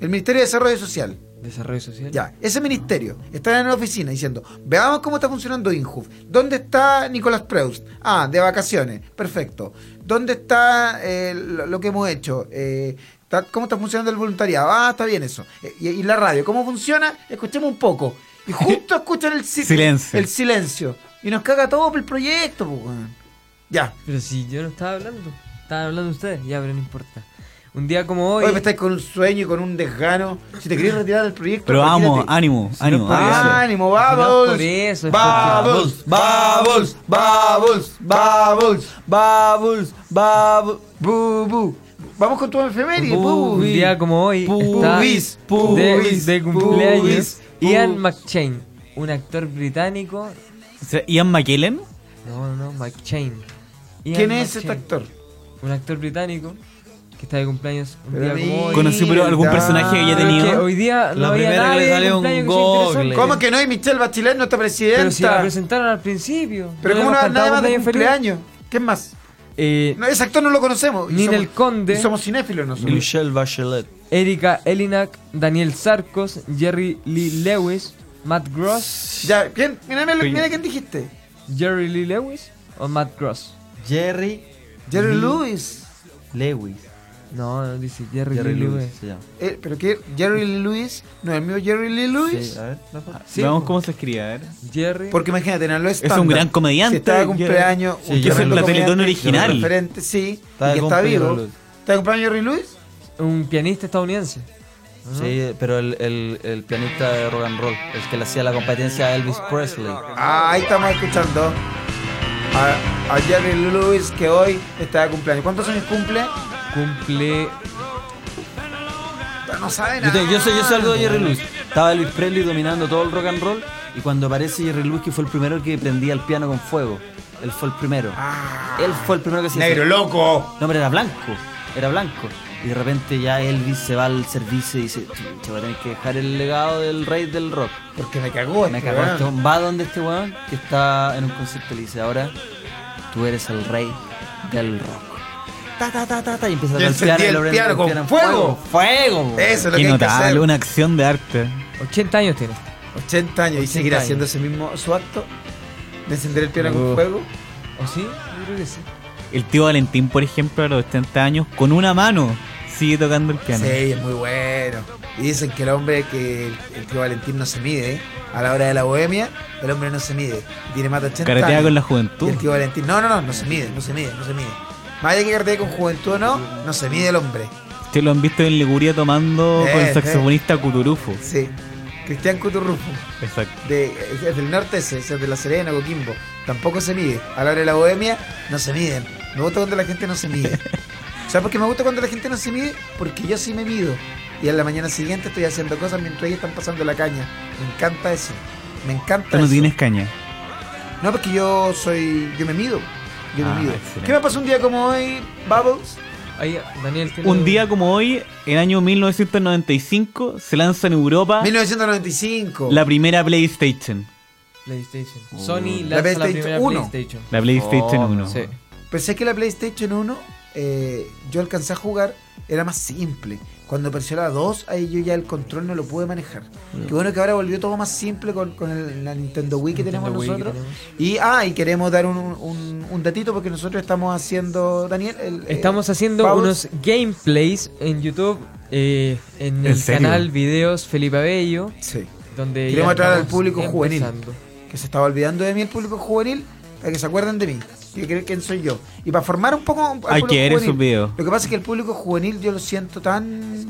Speaker 1: El Ministerio de Desarrollo Social.
Speaker 3: Desarrollo social.
Speaker 1: Ya, ese ministerio está en la oficina diciendo, veamos cómo está funcionando INJUF. ¿Dónde está Nicolás Preust? Ah, de vacaciones. Perfecto. ¿Dónde está eh, lo, lo que hemos hecho? Eh, está- ¿Cómo está funcionando el voluntariado? Ah, está bien eso. Eh, y, y la radio? ¿Cómo funciona? Escuchemos un poco. Y justo escuchan el si-
Speaker 5: Silencio.
Speaker 1: El silencio. Y nos caga todo el proyecto. pues, weón. Ya.
Speaker 3: Pero si yo no estaba hablando. Estaban hablando ustedes. Ya, pero no importa. Un día como hoy.
Speaker 1: Hoy me estáis con un sueño y con un desgano. Si te querés retirar del proyecto,
Speaker 5: Pero vamos,
Speaker 1: retírate.
Speaker 5: ánimo, ánimo.
Speaker 3: por
Speaker 5: hágalo.
Speaker 3: eso.
Speaker 1: ánimo,
Speaker 3: Si no
Speaker 1: vamos.
Speaker 3: es por eso, es
Speaker 1: Vamos, vamos, vamos, vamos, vamos, vamos, bu, bu. Vamos con tu efeméride, bu.
Speaker 3: Un día como hoy está
Speaker 1: Pubis,
Speaker 3: de-
Speaker 1: pubis,
Speaker 3: de, cumpleaños
Speaker 1: pubis,
Speaker 3: Ian
Speaker 1: pubis.
Speaker 3: McShane, un actor británico.
Speaker 5: O sea, Ian McKellen,
Speaker 3: No, no, no, McShane. Ian
Speaker 1: ¿Quién es este
Speaker 3: McShane,
Speaker 1: actor?
Speaker 3: Un actor británico que está de cumpleaños un
Speaker 1: Pero
Speaker 3: día como hoy.
Speaker 1: mira,
Speaker 5: Conocí, pero algún personaje que ya
Speaker 3: Pero es
Speaker 5: tenía.
Speaker 3: que hoy día no
Speaker 4: La
Speaker 3: había
Speaker 4: primera que
Speaker 3: nadie
Speaker 4: le
Speaker 3: de
Speaker 4: salió un
Speaker 3: cumpleaños que sea
Speaker 4: Google.
Speaker 3: interesante.
Speaker 1: ¿Cómo que no es Michelle Bachelet, nuestra
Speaker 3: Pero si la
Speaker 1: presidenta?
Speaker 3: presentaron al principio.
Speaker 1: Pero
Speaker 3: le
Speaker 1: ¿cómo no
Speaker 3: hemos
Speaker 1: va
Speaker 3: cantado
Speaker 1: nada más de
Speaker 3: cumpleaños feliz?
Speaker 1: cumpleaños? ¿Quién más?
Speaker 3: Eh,
Speaker 1: No, ese actor no lo conocemos. y
Speaker 3: Ninel
Speaker 1: somos-
Speaker 3: Conde.
Speaker 1: y somos cinéfilos nosotros.
Speaker 4: Michelle Bachelet.
Speaker 3: Erika Elinak, Daniel Sarcos, Jerry Lee Lewis, Matt Gross.
Speaker 1: Ya, ¿quién? Mira, mira, mira quién dijiste.
Speaker 3: Jerry Lee Lewis o Matt Gross.
Speaker 4: Jerry
Speaker 1: Jerry
Speaker 4: Lee
Speaker 1: Lewis.
Speaker 4: Lewis.
Speaker 3: No, no dice Jerry,
Speaker 4: Jerry
Speaker 3: Lee
Speaker 4: Lewis
Speaker 3: Lewis.
Speaker 4: se llama.
Speaker 1: Eh, pero que Jerry Lee Lewis no es el mío Jerry Lee Lewis.
Speaker 4: Sí, a ver, la foto.
Speaker 3: Sí,
Speaker 5: veamos
Speaker 3: po.
Speaker 5: cómo se escribe, a ver.
Speaker 3: Jerry.
Speaker 1: Porque imagínate, no lo
Speaker 5: un gran comediante.
Speaker 1: Si está de cumpleaños.
Speaker 4: Sí,
Speaker 1: un
Speaker 4: que es
Speaker 1: tremendo
Speaker 4: la
Speaker 1: comediante,
Speaker 5: Teletón original.
Speaker 1: un referente, sí. y
Speaker 4: Está de
Speaker 1: que está vivo.
Speaker 4: cumpleaños Jerry Lewis.
Speaker 1: ¿Está de cumpleaños Jerry Lewis?
Speaker 3: Un pianista estadounidense.
Speaker 4: Sí, pero el, el, el pianista de rock and roll, el que le hacía la competencia a Elvis Presley.
Speaker 1: Ah, ahí estamos escuchando. A, a Jerry Lee Lewis que hoy está de cumpleaños. ¿Cuántos años cumple?
Speaker 3: Cumple.
Speaker 1: No sabe
Speaker 4: Yo,
Speaker 1: nada.
Speaker 4: te- yo sé, yo sé algo de Jerry Lewis. Estaba Elvis Presley dominando todo el rock and roll y cuando aparece Jerry Lewis que fue el primero que prendía el piano con fuego. Él fue el primero. Él fue el primero que se
Speaker 1: Ah. Negro loco.
Speaker 4: No, hombre, era blanco. Era blanco. Y de repente ya Elvis se va al servicio y dice, chucha, voy a tener que dejar el legado del rey del rock.
Speaker 1: Porque me cagó.
Speaker 4: Me
Speaker 1: este
Speaker 4: cagó
Speaker 1: weón.
Speaker 4: este weón. Va donde este weón que está en un concierto y le dice, ahora tú eres el rey del rock. Ta, ta, ta, ta, ta, y empieza a
Speaker 1: Y
Speaker 4: golpear
Speaker 1: encendí el
Speaker 4: Lorenzo
Speaker 1: piano con
Speaker 4: en
Speaker 1: fuego.
Speaker 4: ¡Fuego! weón.
Speaker 1: Eso es lo
Speaker 5: Qué
Speaker 1: que hay que hacer.
Speaker 5: notable, una acción de arte.
Speaker 3: 80 años tiene.
Speaker 1: 80 años y seguirá
Speaker 3: 80
Speaker 1: haciendo ese mismo su acto de encender el piano con
Speaker 3: Uh.
Speaker 1: fuego.
Speaker 3: ¿O sí? Yo creo que sí.
Speaker 5: El tío Valentín, por ejemplo, a los 80 años, con una mano sigue tocando el piano.
Speaker 1: Sí, es muy bueno. Y dicen que el hombre, que el, el tío Valentín no se mide. ¿eh? A la hora de la bohemia, el hombre no se mide. Tiene más de 80
Speaker 5: Carretea
Speaker 1: años.
Speaker 5: con la
Speaker 1: Y
Speaker 5: juventud.
Speaker 1: el tío Valentín, no, no, no, no se mide, no se mide, no se mide. Más allá que cartea con juventud o no, no se mide el hombre.
Speaker 5: Ustedes lo han visto en Liguria tomando
Speaker 1: Eh,
Speaker 5: con el
Speaker 1: eh.
Speaker 5: saxofonista Cuturufo.
Speaker 1: Sí. Cristian Cuturrufo,
Speaker 5: Exacto.
Speaker 1: de, es del norte ese, es de La Serena, Coquimbo. Tampoco se mide. A la hora de la bohemia, no se miden. Me gusta cuando la gente no se mide. ¿Sabes por qué me gusta cuando la gente no se mide? Porque yo sí me mido. Y en la mañana siguiente estoy haciendo cosas mientras ellos están pasando la caña. Me encanta eso. Me encanta
Speaker 5: Tú no
Speaker 1: eso.
Speaker 5: tienes caña.
Speaker 1: No, porque yo soy. Yo me mido. Yo
Speaker 5: Ah,
Speaker 1: me mido.
Speaker 5: excelente.
Speaker 1: ¿Qué me pasó un día como hoy, Bubbles?
Speaker 3: Ahí, Daniel, tiene-
Speaker 5: Un día como hoy, en año 1995, se lanza en Europa
Speaker 1: 1995.
Speaker 5: Ah. la primera PlayStation.
Speaker 3: PlayStation. Sony
Speaker 1: Uh. La
Speaker 3: lanza la,
Speaker 1: PlayStation
Speaker 3: primera
Speaker 1: 1,
Speaker 3: PlayStation.
Speaker 5: La PlayStation
Speaker 1: Oh,
Speaker 5: 1.
Speaker 3: Sí.
Speaker 1: Pensé que la PlayStation 1, eh, yo alcancé a jugar, era más simple. Cuando apareció la 2, ahí yo ya el control no lo pude manejar. Qué bueno que ahora volvió todo más simple con, con el- la Nintendo Wii que
Speaker 3: Nintendo
Speaker 1: tenemos
Speaker 3: Wii que
Speaker 1: nosotros.
Speaker 3: tenemos.
Speaker 1: Y, ah, y queremos dar un, un, un datito porque nosotros estamos haciendo, Daniel. el, eh,
Speaker 3: Estamos haciendo
Speaker 1: Pablo-
Speaker 3: unos gameplays en YouTube, eh, en
Speaker 5: ¿En
Speaker 3: el
Speaker 5: serio?
Speaker 3: canal Videos Felipe Abello,
Speaker 1: Sí.
Speaker 3: donde
Speaker 1: Queremos
Speaker 3: ya
Speaker 1: atraer al
Speaker 3: estamos
Speaker 1: público juvenil.
Speaker 3: empezando.
Speaker 1: que se estaba olvidando de mí el público juvenil, para que se acuerden de mí, que creen quién soy yo. Y para formar un poco al
Speaker 5: Hay
Speaker 1: público
Speaker 5: que ver
Speaker 1: juvenil.
Speaker 5: esos videos.
Speaker 1: Lo que pasa es que el público juvenil yo lo siento tan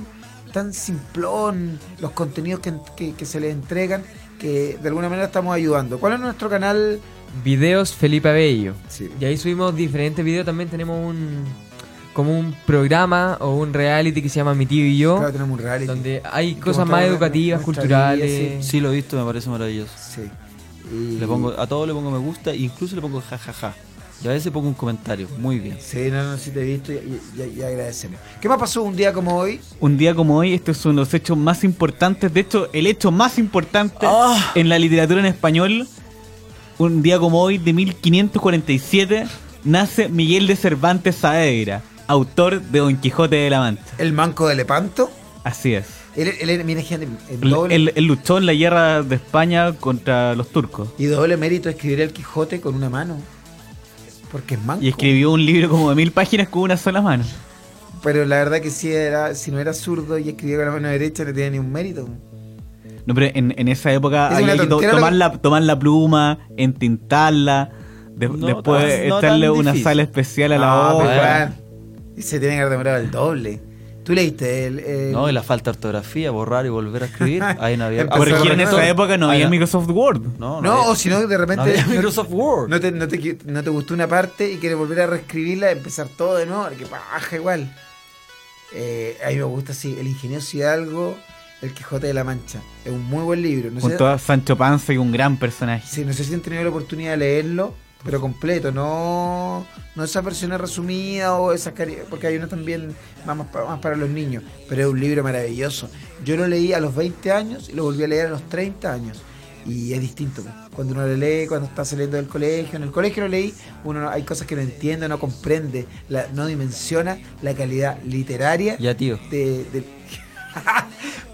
Speaker 1: tan simplón, los contenidos que, que- que se les entregan, que de alguna manera estamos ayudando. ¿Cuál es nuestro canal?
Speaker 3: Videos Felipe Abello.
Speaker 1: Sí.
Speaker 3: Y ahí subimos diferentes videos, también tenemos un como un programa o un reality que se llama Mi tío y yo,
Speaker 1: Claro, tenemos un reality.
Speaker 3: donde hay
Speaker 1: que
Speaker 3: cosas más
Speaker 1: mostramos
Speaker 3: educativas,
Speaker 1: nuestra vida,
Speaker 3: culturales.
Speaker 4: Sí, lo he visto, me parece maravilloso.
Speaker 1: Sí. Y-
Speaker 4: Le pongo, a todo le pongo me gusta, incluso le pongo jajaja. Y a veces pongo un comentario, muy bien.
Speaker 1: Sí, no, no, sí te he visto y, y- y- y agradecemos. ¿Qué más pasó un día como hoy?
Speaker 5: Un día como hoy, este es uno de los hechos más importantes. De hecho, el hecho más importante en la literatura en español. Un día como hoy, de 1547, nace Miguel de Cervantes Saavedra, autor de Don Quijote de la Mancha.
Speaker 1: El manco de Lepanto.
Speaker 5: Así es.
Speaker 1: Él, él, era- mira, gente, el
Speaker 5: Él,
Speaker 1: doble-
Speaker 5: él- él luchó en la guerra de España contra los turcos
Speaker 1: Y doble mérito escribir el Quijote con una mano. Porque es manco.
Speaker 5: y escribió un libro como de mil páginas con una sola mano.
Speaker 1: Pero la verdad que si, era, si no era zurdo y escribía con la mano derecha no tenía ni un mérito.
Speaker 5: No, pero en, en esa época
Speaker 1: Es
Speaker 5: había
Speaker 1: una
Speaker 5: que to-
Speaker 1: tontera lo
Speaker 5: tomar,
Speaker 1: que-
Speaker 5: la, tomar la pluma, entintarla, de-
Speaker 4: No
Speaker 5: después
Speaker 4: tan- no
Speaker 5: echarle
Speaker 4: tan
Speaker 5: una
Speaker 4: difícil.
Speaker 5: sal especial a la
Speaker 1: No, pues,
Speaker 5: hoja.
Speaker 1: Juan, se tiene que haber demorado el doble. Tú leíste el... el-
Speaker 4: No, y la falta de ortografía, borrar y volver a escribir, ahí no había.
Speaker 1: Empezó
Speaker 5: Porque
Speaker 1: Pasó
Speaker 5: en
Speaker 1: de
Speaker 5: esa
Speaker 1: nuevo.
Speaker 5: época no
Speaker 4: Ah,
Speaker 5: había
Speaker 4: ya.
Speaker 5: Microsoft Word.
Speaker 4: No,
Speaker 1: No,
Speaker 4: había-
Speaker 1: o si no, de repente-
Speaker 4: no había Microsoft Word.
Speaker 1: No te, no, te, qui- no te gustó una parte y quieres volver a reescribirla, empezar todo de nuevo, que paja igual. Eh, a mí me gusta así, El ingenioso Hidalgo, El Quijote de la Mancha. Es un muy buen libro. No sé,
Speaker 5: Junto a Sancho Panza y un gran personaje.
Speaker 1: Sí, no sé si han tenido la oportunidad de leerlo, pero completo, no, no esas versiones resumidas o esas cari- porque hay una también más, más pa- más para los niños, pero es un libro maravilloso. Yo lo leí a los 20 años y lo volví a leer a los 30 años. Y es distinto. pues. Cuando uno lo lee, cuando está saliendo del colegio, en el colegio lo leí, uno no- hay cosas que no entiende, no comprende, la- no dimensiona la calidad literaria
Speaker 4: Ya, tío.
Speaker 1: de, de-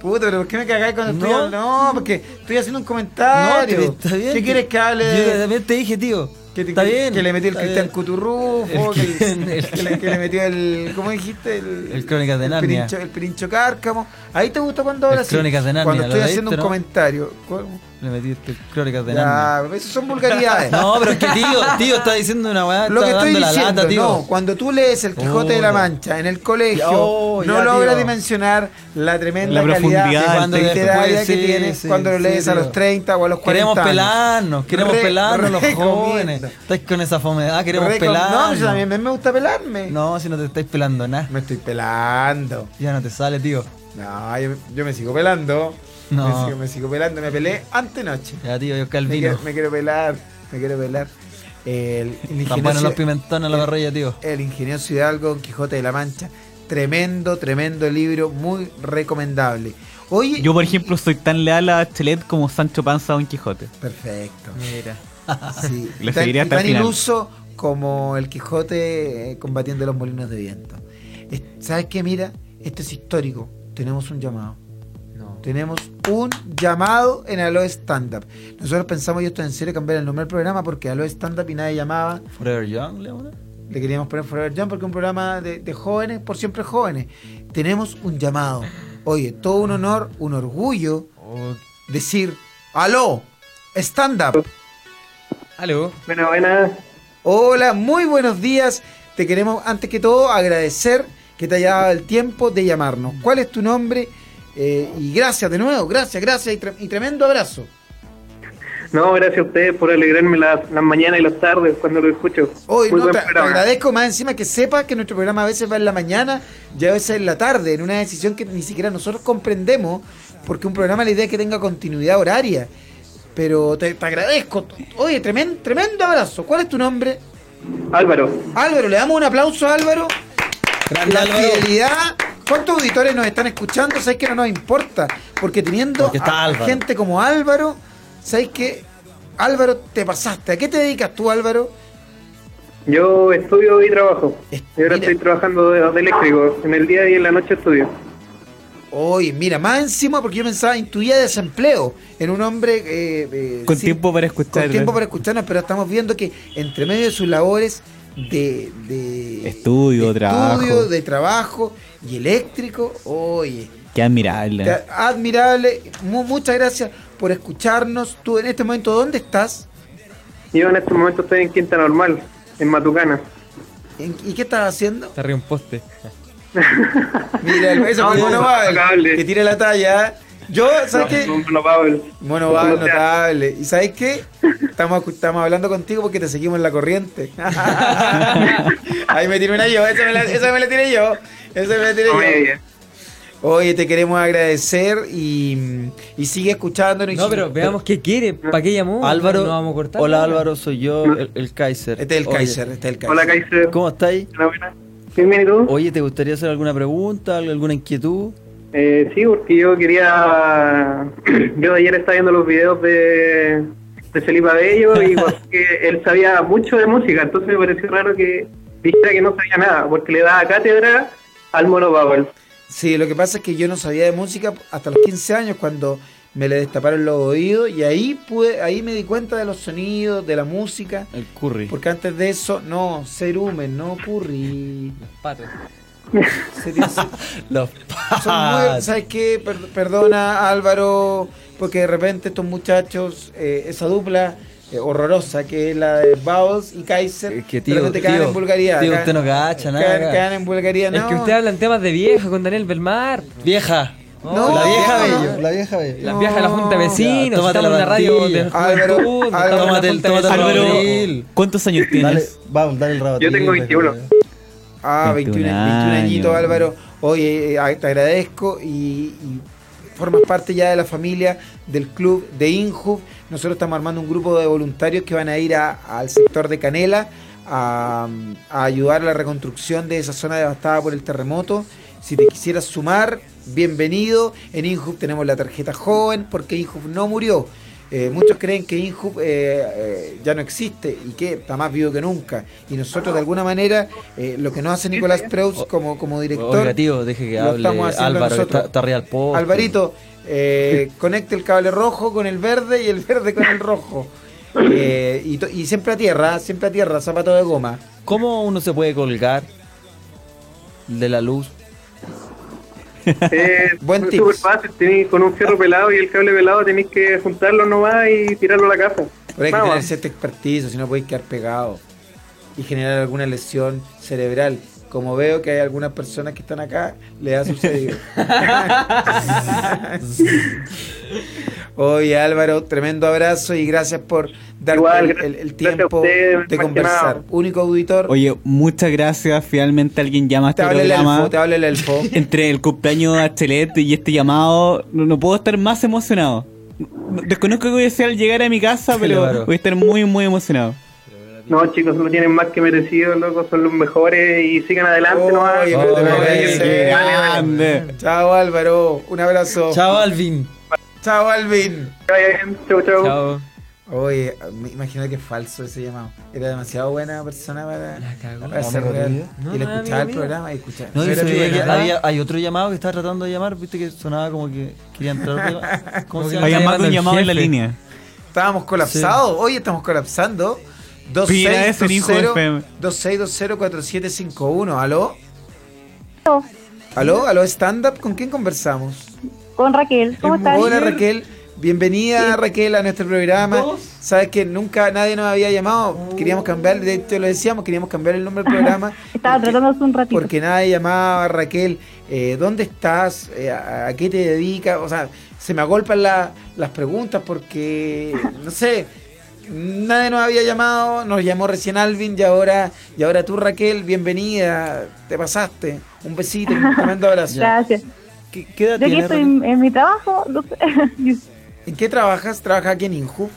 Speaker 1: Puta, pero ¿por qué me cagáis cuando
Speaker 4: No.
Speaker 1: estoy hablando? No, porque estoy haciendo un comentario.
Speaker 4: pero está bien,
Speaker 1: ¿Qué
Speaker 4: tío.
Speaker 1: quieres que hable?
Speaker 4: Yo
Speaker 1: de-
Speaker 4: también te dije, tío.
Speaker 1: Que, te-
Speaker 4: está
Speaker 1: que-
Speaker 4: bien.
Speaker 1: que le metí el
Speaker 4: está
Speaker 1: Cristian
Speaker 4: bien.
Speaker 1: Cuturrufo,
Speaker 4: El
Speaker 1: que,
Speaker 4: Cristian- el-
Speaker 1: que le, que le metió el. ¿Cómo dijiste? El,
Speaker 4: El Crónicas de
Speaker 1: el
Speaker 4: Narnia.
Speaker 1: Pirincho, el Pirincho Cárcamo. Ahí te gusta cuando hablas.
Speaker 4: El
Speaker 1: así?
Speaker 4: Crónicas de Narnia,
Speaker 1: Cuando
Speaker 4: ¿lo
Speaker 1: estoy
Speaker 4: leíste,
Speaker 1: haciendo un
Speaker 4: no?
Speaker 1: comentario. ¿Cuál?
Speaker 4: Le metí el crónicas de Narnia.
Speaker 1: Ya, esas son vulgaridades.
Speaker 4: No, pero es que tío, tío está diciendo una weá,
Speaker 1: Lo
Speaker 4: está
Speaker 1: que estoy
Speaker 4: dando la
Speaker 1: diciendo,
Speaker 4: lata, tío.
Speaker 1: no, cuando tú lees El Quijote de la
Speaker 4: Puta.
Speaker 1: Mancha en el colegio,
Speaker 4: Ya, oh,
Speaker 1: no
Speaker 4: ya,
Speaker 1: logras
Speaker 4: tío.
Speaker 1: dimensionar la tremenda
Speaker 5: La
Speaker 1: calidad
Speaker 5: profundidad
Speaker 1: de
Speaker 5: del
Speaker 1: cuando
Speaker 4: texto.
Speaker 1: literaria que
Speaker 4: Sí,
Speaker 1: tienes
Speaker 4: sí,
Speaker 1: cuando lo
Speaker 4: sí,
Speaker 1: lees a
Speaker 4: tío.
Speaker 1: los 30 o a los 40
Speaker 4: Queremos
Speaker 1: años.
Speaker 4: pelarnos, queremos
Speaker 1: Re-
Speaker 4: pelarnos los
Speaker 1: recomiendo.
Speaker 4: jóvenes. Estáis con esa fomedad, queremos
Speaker 1: Recom- No,
Speaker 4: pelarnos.
Speaker 1: yo también me gusta pelarme.
Speaker 4: No, si no te estáis pelando nada.
Speaker 1: Me estoy pelando.
Speaker 4: Ya no te sale, tío.
Speaker 1: No, yo, yo me sigo pelando.
Speaker 4: No.
Speaker 1: Me, sigo, me sigo pelando. Me pelé antenoche.
Speaker 4: Ya, tío, yo
Speaker 1: Me
Speaker 4: calvino.
Speaker 1: quiero, me quiero pelar. Me quiero pelar. El, el
Speaker 4: Tan buenos los
Speaker 1: ingenioso-
Speaker 4: pimentones a la parrilla, tío.
Speaker 1: El ingenioso Hidalgo, Don Quijote de la Mancha. Tremendo, tremendo libro, muy recomendable. Oye,
Speaker 5: Yo, por ejemplo, soy tan leal a Chelet como Sancho Panza a Don Quijote.
Speaker 1: perfecto.
Speaker 3: Mira.
Speaker 1: Sí.
Speaker 5: Lo
Speaker 1: Y tan,
Speaker 5: seguiré
Speaker 1: y
Speaker 5: hasta el
Speaker 1: tan
Speaker 5: final.
Speaker 1: iluso como el Quijote eh, combatiendo los molinos de viento. Es- ¿Sabes qué? Mira, esto es histórico. Tenemos un llamado.
Speaker 3: No.
Speaker 1: Tenemos un llamado en Alo Stand Up. Nosotros pensamos, y esto en serio, cambiar el nombre del programa porque Alo Stand Up y nadie llamaba.
Speaker 4: Forever Young, Leona.
Speaker 1: Le queríamos poner Forever Young porque es un programa de, de jóvenes, por siempre jóvenes. Tenemos un llamado. Oye, todo un honor, un orgullo decir Aló Stand Up.
Speaker 3: Aló.
Speaker 9: Bueno, buenas.
Speaker 1: Hola, muy buenos días. Te queremos, antes que todo, agradecer que te haya dado el tiempo de llamarnos. ¿Cuál es tu nombre? Eh, y gracias de nuevo, gracias, gracias y, tre- y tremendo abrazo.
Speaker 9: No, gracias a ustedes por alegrarme las las mañanas y las tardes cuando lo escucho.
Speaker 1: Hoy
Speaker 9: Muy
Speaker 1: no,
Speaker 9: buen
Speaker 1: te, te
Speaker 9: programa.
Speaker 1: agradezco más encima que sepas que nuestro programa a veces va en la mañana y a veces en la tarde, en una decisión que ni siquiera nosotros comprendemos, porque un programa la idea es que tenga continuidad horaria. Pero te, te agradezco. Oye, tremendo, tremendo abrazo. ¿Cuál es tu nombre?
Speaker 9: Álvaro,
Speaker 1: Álvaro, le damos un aplauso a Álvaro.
Speaker 4: Grande
Speaker 1: la
Speaker 4: Álvaro.
Speaker 1: fidelidad. ¿Cuántos auditores nos están escuchando? Sabes que no nos importa, porque teniendo
Speaker 4: Porque está
Speaker 1: a- a
Speaker 4: Álvaro.
Speaker 1: gente como Álvaro, sabes que Álvaro te pasaste. ¿A qué te dedicas tú, Álvaro?
Speaker 9: yo estudio y trabajo.
Speaker 1: Es-
Speaker 9: Y ahora
Speaker 1: mira.
Speaker 9: estoy trabajando de, de eléctrico. En el día y en la noche estudio.
Speaker 1: Oye, mira, más encima porque yo pensaba intuía desempleo en un hombre eh, eh,
Speaker 5: Con
Speaker 1: sin-
Speaker 5: tiempo para escuchar.
Speaker 1: con tiempo para escucharnos, pero estamos viendo que entre medio de sus labores de, de-
Speaker 5: Estudio,
Speaker 1: de
Speaker 5: trabajo.
Speaker 1: estudio, de trabajo y eléctrico, oye,
Speaker 5: Qué admirable.
Speaker 1: te- admirable, Mu- muchas gracias por escucharnos. Tú en este momento, ¿dónde estás?
Speaker 9: Yo en este momento estoy en Quinta Normal, en Matucana.
Speaker 1: ¿En- ¿Y qué estás haciendo?
Speaker 3: Está arriba un poste.
Speaker 1: Mira, el beso
Speaker 9: No,
Speaker 1: con
Speaker 9: no,
Speaker 1: Mono Babel,
Speaker 9: impecable.
Speaker 1: que tiene la talla. ¿eh? Yo, ¿sabes qué?
Speaker 9: No, no, no, Pavel.
Speaker 1: Bueno, va,
Speaker 9: No te-
Speaker 1: notable. ¿Y sabes qué? Estamos, acu- estamos hablando contigo porque te seguimos en la corriente. Ahí me tiré una yo, esa me la, esa me la tiré yo. Esa me la tiré yo.
Speaker 9: Comedia.
Speaker 1: Oye, te queremos agradecer y, y sigue escuchándonos. y
Speaker 3: No,
Speaker 1: sigue-
Speaker 3: pero veamos qué quiere. ¿Para qué llamó?
Speaker 4: Uh, Álvaro.
Speaker 3: No vamos a cortar.
Speaker 4: Hola Álvaro, soy yo, el, el Kaiser.
Speaker 1: Este es el
Speaker 4: Oye,
Speaker 1: Kaiser, este es el Kaiser.
Speaker 9: Hola, Kaiser.
Speaker 4: ¿Cómo estáis?
Speaker 9: Hola, buenas. Bien, bien, ¿y tú?
Speaker 4: Oye, ¿te gustaría hacer alguna pregunta, alguna inquietud?
Speaker 9: Eh, sí, porque yo quería. Yo ayer estaba viendo los videos de, de Felipe Abello y porque él sabía mucho de música, entonces me pareció raro que dijera que no sabía nada, porque le daba cátedra al mono Powell.
Speaker 1: Sí, lo que pasa es que yo no sabía de música hasta los 15 años cuando me le destaparon los oídos y ahí pude, ahí me di cuenta de los sonidos, de la música.
Speaker 4: El curry.
Speaker 1: Porque antes de eso, no, cerumen, no curry.
Speaker 3: Pato.
Speaker 1: Se dice-
Speaker 4: Los
Speaker 1: Son muy- ¿Sabes qué? Per- perdona, Álvaro, porque de repente estos muchachos, eh, esa dupla eh, horrorosa que es la de Bowles y Kaiser,
Speaker 4: Es que, tío,
Speaker 1: de repente caen
Speaker 4: tío,
Speaker 1: en vulgaridad.
Speaker 4: tío,
Speaker 1: caen-
Speaker 4: usted no cacha nada,
Speaker 1: Caen,
Speaker 4: cacha.
Speaker 1: caen en vulgaridad, no.
Speaker 3: Es que usted habla en temas de vieja con Daniel Belmar.
Speaker 4: Vieja.
Speaker 1: No.
Speaker 4: la vieja
Speaker 1: No.
Speaker 4: bello. La vieja bello.
Speaker 3: Las viejas de la Junta de
Speaker 4: Ya,
Speaker 3: Vecinos.
Speaker 4: tómate
Speaker 3: estamos
Speaker 4: la
Speaker 3: en la radio
Speaker 4: pastilla.
Speaker 3: de
Speaker 1: Álvaro,
Speaker 3: juventud. estamos en la
Speaker 1: Álvaro,
Speaker 3: Junta de
Speaker 4: tómate el-
Speaker 3: Vecinos.
Speaker 5: Álvaro,
Speaker 4: Abril.
Speaker 5: ¿cuántos años
Speaker 4: Dale,
Speaker 5: tienes?
Speaker 4: vamos, dale el rabatín.
Speaker 9: Yo tengo 21.
Speaker 1: Ah, 21,
Speaker 5: 21
Speaker 1: 21 añitos,
Speaker 5: años.
Speaker 1: Álvaro. Oye, eh, a- te agradezco y, y formas parte ya de la familia del club de Inju. Nosotros estamos armando un grupo de voluntarios que van a ir a- al sector de Canela a, a ayudar a la reconstrucción de esa zona devastada por el terremoto. Si te quisieras sumar, bienvenido. En Inju tenemos la tarjeta joven porque Inju no murió. Eh, muchos creen que INHUB eh, eh, ya no existe y que está más vivo que nunca. Y nosotros, de alguna manera, eh, lo que nos hace Nicolás Preus como, como director.
Speaker 4: Oiga, tío, deje que
Speaker 1: lo
Speaker 4: hable
Speaker 1: estamos haciendo
Speaker 4: Álvaro, que
Speaker 1: nosotros.
Speaker 4: está, está real
Speaker 5: Oh,
Speaker 4: pobre.
Speaker 1: Alvarito, eh, conecte el cable rojo con el verde y el verde con el rojo. Eh, y, to- y siempre a tierra, siempre a tierra, zapato de goma.
Speaker 4: ¿Cómo uno se puede colgar de la luz?
Speaker 9: Eh,
Speaker 1: Buen
Speaker 9: es
Speaker 1: tips.
Speaker 9: súper fácil, tenés- con un fierro pelado y el cable pelado tenés que juntarlo nomás y tirarlo a la casa.
Speaker 1: Pero hay que
Speaker 9: Vamos.
Speaker 1: tener cierta expertise, o si no podéis quedar pegado y generar alguna lesión cerebral. Como veo que hay algunas personas que están acá, le ha sucedido. Oye Álvaro, tremendo abrazo y gracias por dar
Speaker 9: Igual,
Speaker 1: el,
Speaker 9: gra-
Speaker 1: el- el
Speaker 9: gracias a
Speaker 1: tiempo
Speaker 9: ustedes, más
Speaker 1: de
Speaker 9: que
Speaker 1: conversar.
Speaker 9: nada.
Speaker 1: Único auditor,
Speaker 5: Oye, muchas gracias. Finalmente alguien llama a
Speaker 1: te
Speaker 5: este
Speaker 1: habla el
Speaker 5: programa.
Speaker 1: elfo, te habla el elfo.
Speaker 5: Entre el cumpleaños de Bachelet y este llamado, no, no puedo estar más emocionado. No- Desconozco qué voy a hacer al llegar a mi casa,
Speaker 4: Claro.
Speaker 5: pero voy a estar muy, muy emocionado.
Speaker 9: No, chicos, no tienen más que merecido, loco, son los mejores y sigan adelante nomás.
Speaker 1: Oye, pero te lo
Speaker 4: Oye,
Speaker 1: mereces.
Speaker 5: qué grande.
Speaker 1: Chao Álvaro, un abrazo.
Speaker 4: Chao, Alvin.
Speaker 1: Chao Alvin.
Speaker 9: Que vaya bien. Chau, chau.
Speaker 3: Chao.
Speaker 1: Oye, me imagino que es falso ese llamado. Era demasiado buena persona para,
Speaker 3: La cagó.
Speaker 1: para ser
Speaker 4: No,
Speaker 1: real.
Speaker 4: amigo
Speaker 3: mío.
Speaker 1: y le
Speaker 3: No,
Speaker 1: escuchaba
Speaker 3: amigo
Speaker 1: el
Speaker 3: mío.
Speaker 1: programa y escuchaba.
Speaker 4: No, y
Speaker 1: Pero
Speaker 4: se
Speaker 1: tú-
Speaker 4: veía que
Speaker 3: ¿verdad?
Speaker 4: había, hay otro llamado que estaba tratando de llamar, viste que sonaba como que quería entrar. de- ¿Cómo se
Speaker 3: Está
Speaker 5: Hay
Speaker 4: llama?
Speaker 5: más de un
Speaker 3: llamando
Speaker 5: llamado
Speaker 3: el
Speaker 5: en la
Speaker 3: jefe.
Speaker 5: línea.
Speaker 1: Estábamos colapsados. Hoy estamos colapsando.
Speaker 5: Pira eso, hijo de
Speaker 1: 2620
Speaker 5: FM.
Speaker 1: 2620-4751. ¿Aló? ¿Aló? ¿Aló? ¿Stand-up? ¿Con quién conversamos?
Speaker 7: Con Raquel, ¿cómo estás?
Speaker 1: Hola Raquel. Bienvenida Raquel a nuestro programa. Sabes que nunca nadie nos había llamado. Queríamos cambiar, de hecho lo decíamos, queríamos cambiar el nombre del programa.
Speaker 7: Estaba
Speaker 1: porque-
Speaker 7: tratando hace un ratito.
Speaker 1: Porque nadie llamaba Raquel. Eh, ¿Dónde estás? Eh, a, a qué te dedicas? O sea, se me agolpan la- las preguntas porque, no sé, nadie nos había llamado. Nos llamó recién Alvin y ahora, y ahora tú Raquel, bienvenida. Te pasaste. Un besito, un tremendo abrazo.
Speaker 7: Gracias.
Speaker 1: ¿Qué, qué edad
Speaker 7: Yo aquí
Speaker 1: tienes,
Speaker 7: estoy
Speaker 1: Raquel?
Speaker 7: en, en mi trabajo, no sé.
Speaker 1: ¿En qué trabajas? ¿Trabajas aquí en Inju?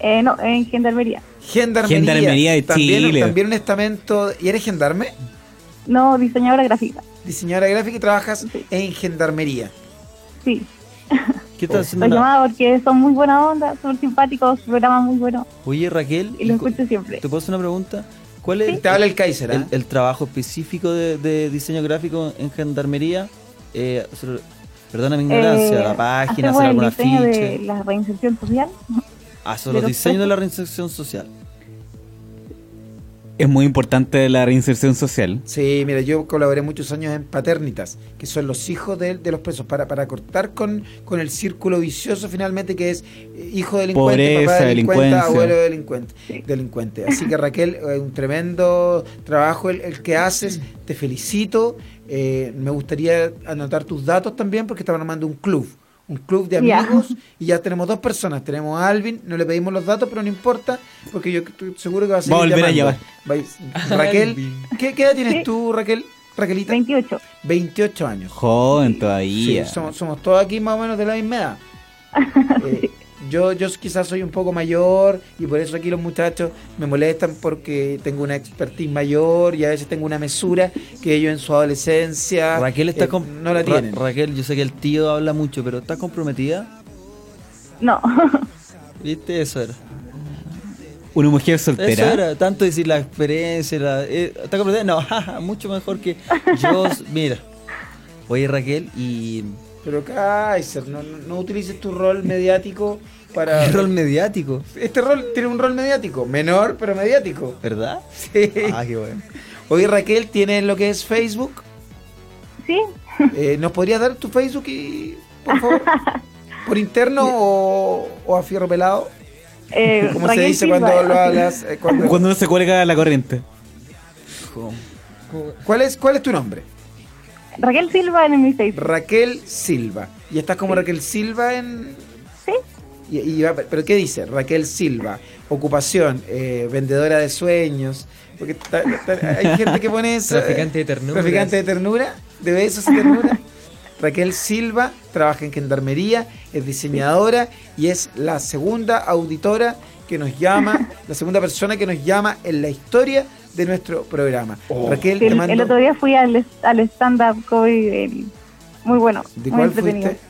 Speaker 7: Eh, no, en gendarmería.
Speaker 1: Gendarmería.
Speaker 5: Gendarmería de
Speaker 1: también,
Speaker 5: Chile.
Speaker 1: También un estamento. ¿Y eres gendarme?
Speaker 7: No, diseñadora gráfica.
Speaker 1: Diseñadora gráfica y trabajas en gendarmería.
Speaker 7: Sí,
Speaker 4: ¿Qué estás haciendo?
Speaker 7: los
Speaker 4: la-
Speaker 7: llamaba porque son muy buena onda, son simpáticos, su programa muy bueno
Speaker 4: Oye, Raquel,
Speaker 7: y lo escucho siempre.
Speaker 4: ¿te puedo hacer una pregunta? ¿Cuál es
Speaker 1: Te habla el Kaiser, ¿ah?
Speaker 4: el, el trabajo específico de, de diseño gráfico en gendarmería? Eh, sobre- perdona mi ignorancia,
Speaker 7: Eh,
Speaker 4: la página,
Speaker 7: hacemos
Speaker 4: hacer algún
Speaker 7: el diseño de
Speaker 4: afiche.
Speaker 7: la reinserción social.
Speaker 4: Hacer
Speaker 7: de
Speaker 4: los
Speaker 7: los
Speaker 4: diseños de
Speaker 7: presos.
Speaker 4: la reinserción social.
Speaker 5: Es muy importante la reinserción social.
Speaker 1: Sí, mira, yo colaboré muchos años en paternitas, que son los hijos de, de los presos, para, para cortar con, con el círculo vicioso finalmente que es eh, hijo delincuente, papá
Speaker 5: Pobreza,
Speaker 1: delincuente,
Speaker 5: delincuencia.
Speaker 1: abuelo delincuente, delincuente. Así que Raquel, eh, un tremendo trabajo el, el que haces, te felicito, eh, me gustaría anotar tus datos también porque estaban armando un club. Un club de
Speaker 7: Ya.
Speaker 1: amigos y ya tenemos dos personas. Tenemos a Alvin, no le pedimos los datos, pero no importa, porque yo estoy seguro que va a seguir
Speaker 5: Va a volver a
Speaker 1: llamando. Va- Raquel,
Speaker 3: Alvin.
Speaker 1: ¿Qué, qué edad tienes
Speaker 7: Sí.
Speaker 1: tú, Raquel? Raquelita,
Speaker 7: 28.
Speaker 1: 28 años.
Speaker 5: Joven
Speaker 1: Sí,
Speaker 5: todavía.
Speaker 1: somos, somos todos aquí más o menos de la misma edad. Eh, yo, yo quizás soy un poco mayor y por eso aquí los muchachos me molestan porque tengo una expertise mayor y a veces tengo una mesura que ellos en su adolescencia
Speaker 4: Raquel está
Speaker 1: eh,
Speaker 4: com-
Speaker 1: no la
Speaker 4: Ra-
Speaker 1: tienen.
Speaker 4: Raquel, yo sé que el tío habla mucho, pero ¿estás comprometida?
Speaker 7: No,
Speaker 4: ¿Viste? Eso era.
Speaker 5: Una mujer
Speaker 4: Eso
Speaker 5: soltera.
Speaker 4: era, tanto decir la experiencia, la, eh, ¿está comprometida? No, jaja, mucho mejor que yo. Mira, oye Raquel, y
Speaker 1: Pero Kaiser, no, no- no utilices tu rol mediático para...
Speaker 4: el rol mediático,
Speaker 1: Este rol tiene un rol mediático, menor pero mediático.
Speaker 4: ¿verdad?
Speaker 1: Sí.
Speaker 4: Ah, qué bueno.
Speaker 1: Oye Raquel, ¿tienes lo que es Facebook?
Speaker 7: sí,
Speaker 1: Eh, ¿Nos podrías dar tu Facebook y, por favor? ¿Por interno o, o a fierro pelado?
Speaker 7: eh,
Speaker 1: Como se
Speaker 7: Raquel
Speaker 1: dice
Speaker 7: Silva,
Speaker 1: cuando lo
Speaker 7: así.
Speaker 1: hablas. eh, cuando-
Speaker 5: Cuando uno se cuelga la corriente.
Speaker 1: ¿Cuál, es, ¿Cuál es tu nombre?
Speaker 7: Raquel Silva en mi Facebook.
Speaker 1: Raquel Silva. ¿Y estás como Raquel Silva en...?
Speaker 7: Sí.
Speaker 1: Y, y va- ¿Pero qué dice? Raquel Silva. Ocupación, eh, vendedora de sueños. Porque ta- ta- hay gente que pone eso. eh,
Speaker 3: Traficante de ternura.
Speaker 1: Traficante de ternura, de besos y ternura. Raquel Silva trabaja en gendarmería, es diseñadora y es la segunda auditora que nos llama, la segunda persona que nos llama en la historia de nuestro programa. Raquel,
Speaker 7: Sí,
Speaker 1: te
Speaker 7: Oh. el,
Speaker 1: mando.
Speaker 7: el otro día fui al, al stand-up comedy de él. Muy bueno,
Speaker 1: ¿De
Speaker 7: muy
Speaker 1: cuál
Speaker 7: entretenido.
Speaker 1: fuiste?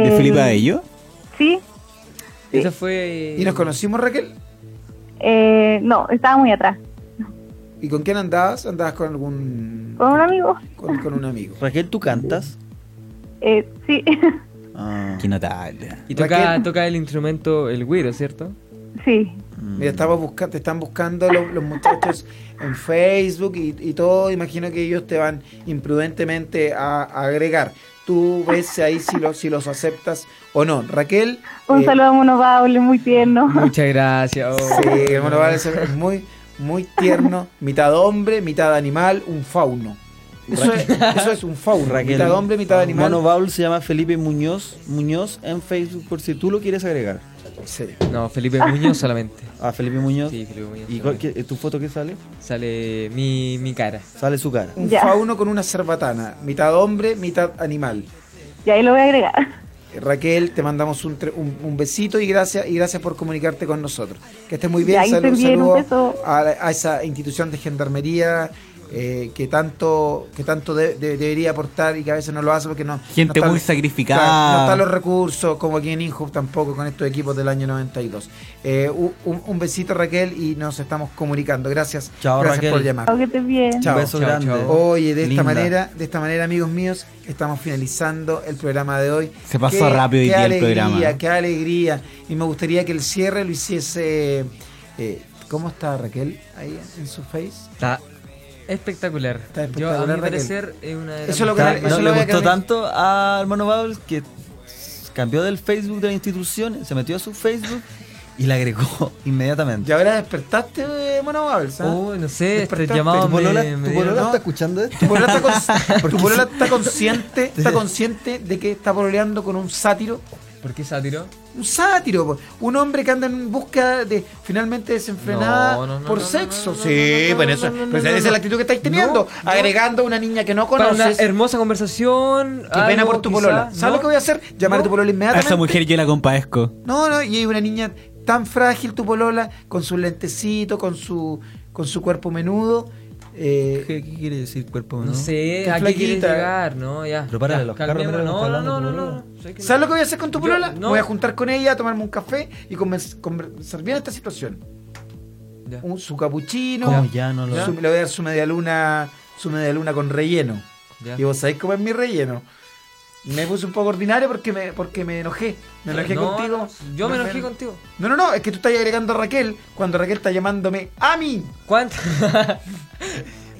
Speaker 5: ¿De
Speaker 1: Eh,
Speaker 7: El-
Speaker 5: Felipe Abello?
Speaker 7: Sí,
Speaker 3: Esa fue.
Speaker 1: ¿Y nos conocimos, Raquel?
Speaker 7: eh, no, estaba muy atrás.
Speaker 1: ¿Y con quién andabas? ¿Andabas con algún.
Speaker 7: Con un amigo,
Speaker 1: con, con un amigo?
Speaker 4: Raquel, ¿tú cantas?
Speaker 7: eh, sí,
Speaker 4: Ah.
Speaker 5: Qué notable.
Speaker 3: Y toca,
Speaker 1: Raquel.
Speaker 3: toca el instrumento, el güiro, ¿cierto?
Speaker 7: sí.
Speaker 4: Mm.
Speaker 1: Mira, estaba busca- te están buscando los, los muchachos en Facebook y, y todo. Imagino que ellos te van imprudentemente a, a agregar. Tú ves ahí si los, si los aceptas o no. Raquel.
Speaker 7: Un
Speaker 1: eh,
Speaker 7: saludo a Mono Baule, muy tierno.
Speaker 3: Muchas gracias. oh.
Speaker 1: Sí, el mono Vale es- es muy, muy tierno. Mitad hombre, mitad animal, un fauno. Eso es, eso es un fauno.
Speaker 4: Raquel,
Speaker 1: mitad hombre, mitad animal.
Speaker 4: Mono Baul se llama Felipe Muñoz Muñoz en Facebook por si tú lo quieres agregar.
Speaker 1: Sí.
Speaker 3: No, Felipe Muñoz solamente.
Speaker 4: A Felipe Muñoz.
Speaker 3: Sí, Felipe Muñoz.
Speaker 4: ¿Y cuál-
Speaker 3: solamente.
Speaker 4: qué- tu foto qué sale?
Speaker 3: Sale mi, mi cara.
Speaker 4: Sale su cara.
Speaker 1: Un
Speaker 7: Ya.
Speaker 1: fauno con una cerbatana. Mitad hombre, mitad animal. Eh,
Speaker 7: Y ahí lo voy a agregar.
Speaker 1: Raquel, te mandamos un, tre- un- un besito y gracias y gracias por comunicarte con nosotros. Que estés muy
Speaker 7: Ya,
Speaker 1: bien.
Speaker 7: ahí
Speaker 1: Salud-
Speaker 7: estoy bien, un
Speaker 1: saludo
Speaker 7: beso.
Speaker 1: a, la- a esa institución de gendarmería eh, que tanto, que tanto de- de- debería aportar y que a veces no lo hace porque no. no
Speaker 5: Gente
Speaker 1: está- Claro,
Speaker 5: muy
Speaker 1: no
Speaker 5: sacrificada.
Speaker 1: están los recursos, como aquí en Inhub tampoco, con estos equipos del año 92. Eh, u- un, un besito, Raquel, y nos estamos comunicando. Gracias,
Speaker 4: Chao,
Speaker 1: gracias
Speaker 4: Raquel.
Speaker 1: por llamar.
Speaker 7: que estés bien.
Speaker 1: Chao.
Speaker 4: Un beso
Speaker 3: Chao,
Speaker 4: grande.
Speaker 3: chao.
Speaker 1: Oye, de esta
Speaker 4: Linda.
Speaker 1: manera, de esta manera, amigos míos, estamos finalizando el programa de hoy.
Speaker 5: Se pasó rápido hoy
Speaker 1: qué
Speaker 5: día el
Speaker 1: alegría,
Speaker 5: programa.
Speaker 1: Qué alegría, y me gustaría que el cierre lo hiciese. eh, ¿Cómo está Raquel ahí en su face?
Speaker 3: Está espectacular.
Speaker 1: Está
Speaker 3: Yo, a
Speaker 1: espectacular,
Speaker 3: mi
Speaker 1: Raquel.
Speaker 3: parecer, es una de las
Speaker 1: Eso es lo que-
Speaker 4: Está-
Speaker 3: mejores-
Speaker 1: eso
Speaker 4: no,
Speaker 1: lo
Speaker 4: le
Speaker 1: voy a
Speaker 4: gustó
Speaker 1: cambiar.
Speaker 4: tanto al hermano Babel que cambió del Facebook de la institución, se metió a su Facebook y la agregó inmediatamente.
Speaker 1: ¿Y ahora despertaste, eh, Mono Babels? ah?
Speaker 5: Uh,
Speaker 3: Oh, no sé, este
Speaker 1: Despertaste.
Speaker 3: llamado
Speaker 4: ¿Tu polola,
Speaker 3: me- me
Speaker 4: tu
Speaker 3: dieron-
Speaker 4: polola
Speaker 1: ¿no?
Speaker 4: está escuchando
Speaker 1: Tu
Speaker 4: esto?
Speaker 1: polola está, cons- tu polola está consciente, está consciente de que está pololeando con un sátiro.
Speaker 3: ¿Por qué sátiro?
Speaker 1: Un sátiro, po. un hombre que anda en busca de finalmente desenfrenada
Speaker 3: No, no, no,
Speaker 1: por
Speaker 3: no, no,
Speaker 1: sexo.
Speaker 3: no, no, no,
Speaker 1: sí,
Speaker 3: no,
Speaker 1: bueno,
Speaker 3: no,
Speaker 1: eso,
Speaker 3: no, no,
Speaker 1: pues
Speaker 3: no,
Speaker 1: esa es
Speaker 3: no.
Speaker 1: la actitud que estáis teniendo,
Speaker 3: No,
Speaker 1: agregando a una niña que no
Speaker 3: Para una
Speaker 1: conoces. Qué
Speaker 3: hermosa conversación.
Speaker 1: pena
Speaker 3: algo
Speaker 1: por tu
Speaker 3: quizá,
Speaker 1: polola. ¿Sabes
Speaker 3: ¿no?
Speaker 1: lo que voy a hacer? Llamar a tu
Speaker 3: No.
Speaker 1: polola
Speaker 5: A
Speaker 1: inmediatamente.
Speaker 5: esa mujer yo la compadezco.
Speaker 1: No, no, y hay una niña tan frágil, tu polola, con su lentecito, con su, con su cuerpo menudo. eh,
Speaker 4: ¿Qué, qué quiere decir cuerpo?
Speaker 3: No sé,
Speaker 1: Qué
Speaker 3: ¿a qué quieres
Speaker 1: flaquita.
Speaker 3: llegar? No, ya.
Speaker 4: Prepárale
Speaker 3: Ya,
Speaker 4: los carros,
Speaker 3: calmémonos.
Speaker 4: mira,
Speaker 3: No,
Speaker 4: está
Speaker 3: no, no,
Speaker 4: hablando
Speaker 3: no,
Speaker 4: tu
Speaker 3: no.
Speaker 4: polola.
Speaker 3: Sé que
Speaker 1: ¿Sabes
Speaker 3: no.
Speaker 1: lo que voy a hacer con tu
Speaker 3: Yo-
Speaker 1: polola? Me
Speaker 3: no.
Speaker 1: voy a juntar con ella, a tomarme un café y convers- conversar bien esta situación.
Speaker 3: Ya.
Speaker 1: Un- su capuchino,
Speaker 4: ¿Cómo ya no lo
Speaker 1: su, le voy a dar su media luna, su media luna con relleno.
Speaker 3: Ya.
Speaker 1: Y vos sabés cómo es mi relleno. Me puse un poco ordinario porque me, porque me enojé. Me enojé
Speaker 3: No,
Speaker 1: contigo.
Speaker 3: no, Yo me enojé contigo.
Speaker 1: No, no, no, es que tú estás agregando a Raquel cuando Raquel está llamándome a mí.
Speaker 3: ¿Cuánto?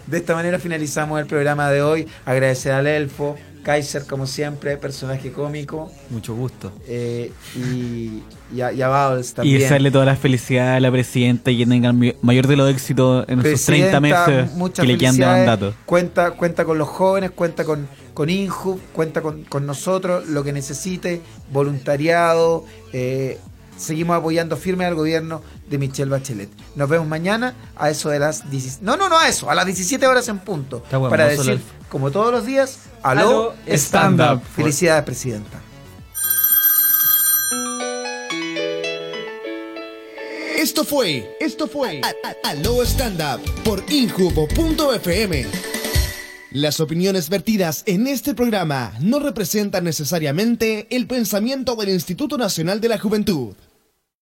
Speaker 1: De esta manera finalizamos el programa de hoy. Agradecer al elfo, Kaiser como siempre, personaje cómico.
Speaker 4: Mucho gusto.
Speaker 1: Eh, y, y a, y a Bowles
Speaker 5: Y
Speaker 1: también.
Speaker 5: desearle toda la felicidad a la presidenta y que tengan mi- mayor de los éxitos en sus 30
Speaker 1: Presidenta,
Speaker 5: meses
Speaker 1: muchas
Speaker 5: que le quedan de
Speaker 1: felicidades.
Speaker 5: mandato.
Speaker 1: Cuenta, cuenta con los jóvenes, cuenta con, con Inju, cuenta con, con nosotros, lo que necesite, voluntariado. eh, seguimos apoyando firme al gobierno de Michelle Bachelet. Nos vemos mañana a eso de las 17. No, no, no, a eso, a las 17 horas en punto.
Speaker 4: Está bueno,
Speaker 1: para
Speaker 4: no solo
Speaker 1: decir, como todos los días, aló,
Speaker 3: Aló,
Speaker 1: stand
Speaker 5: stand
Speaker 1: up.
Speaker 5: up.
Speaker 1: Felicidades, presidenta.
Speaker 2: Esto fue, esto fue A- A- Aló Stand Up por Injubo.fm. Las opiniones vertidas en este programa no representan necesariamente el pensamiento del Instituto Nacional de la Juventud.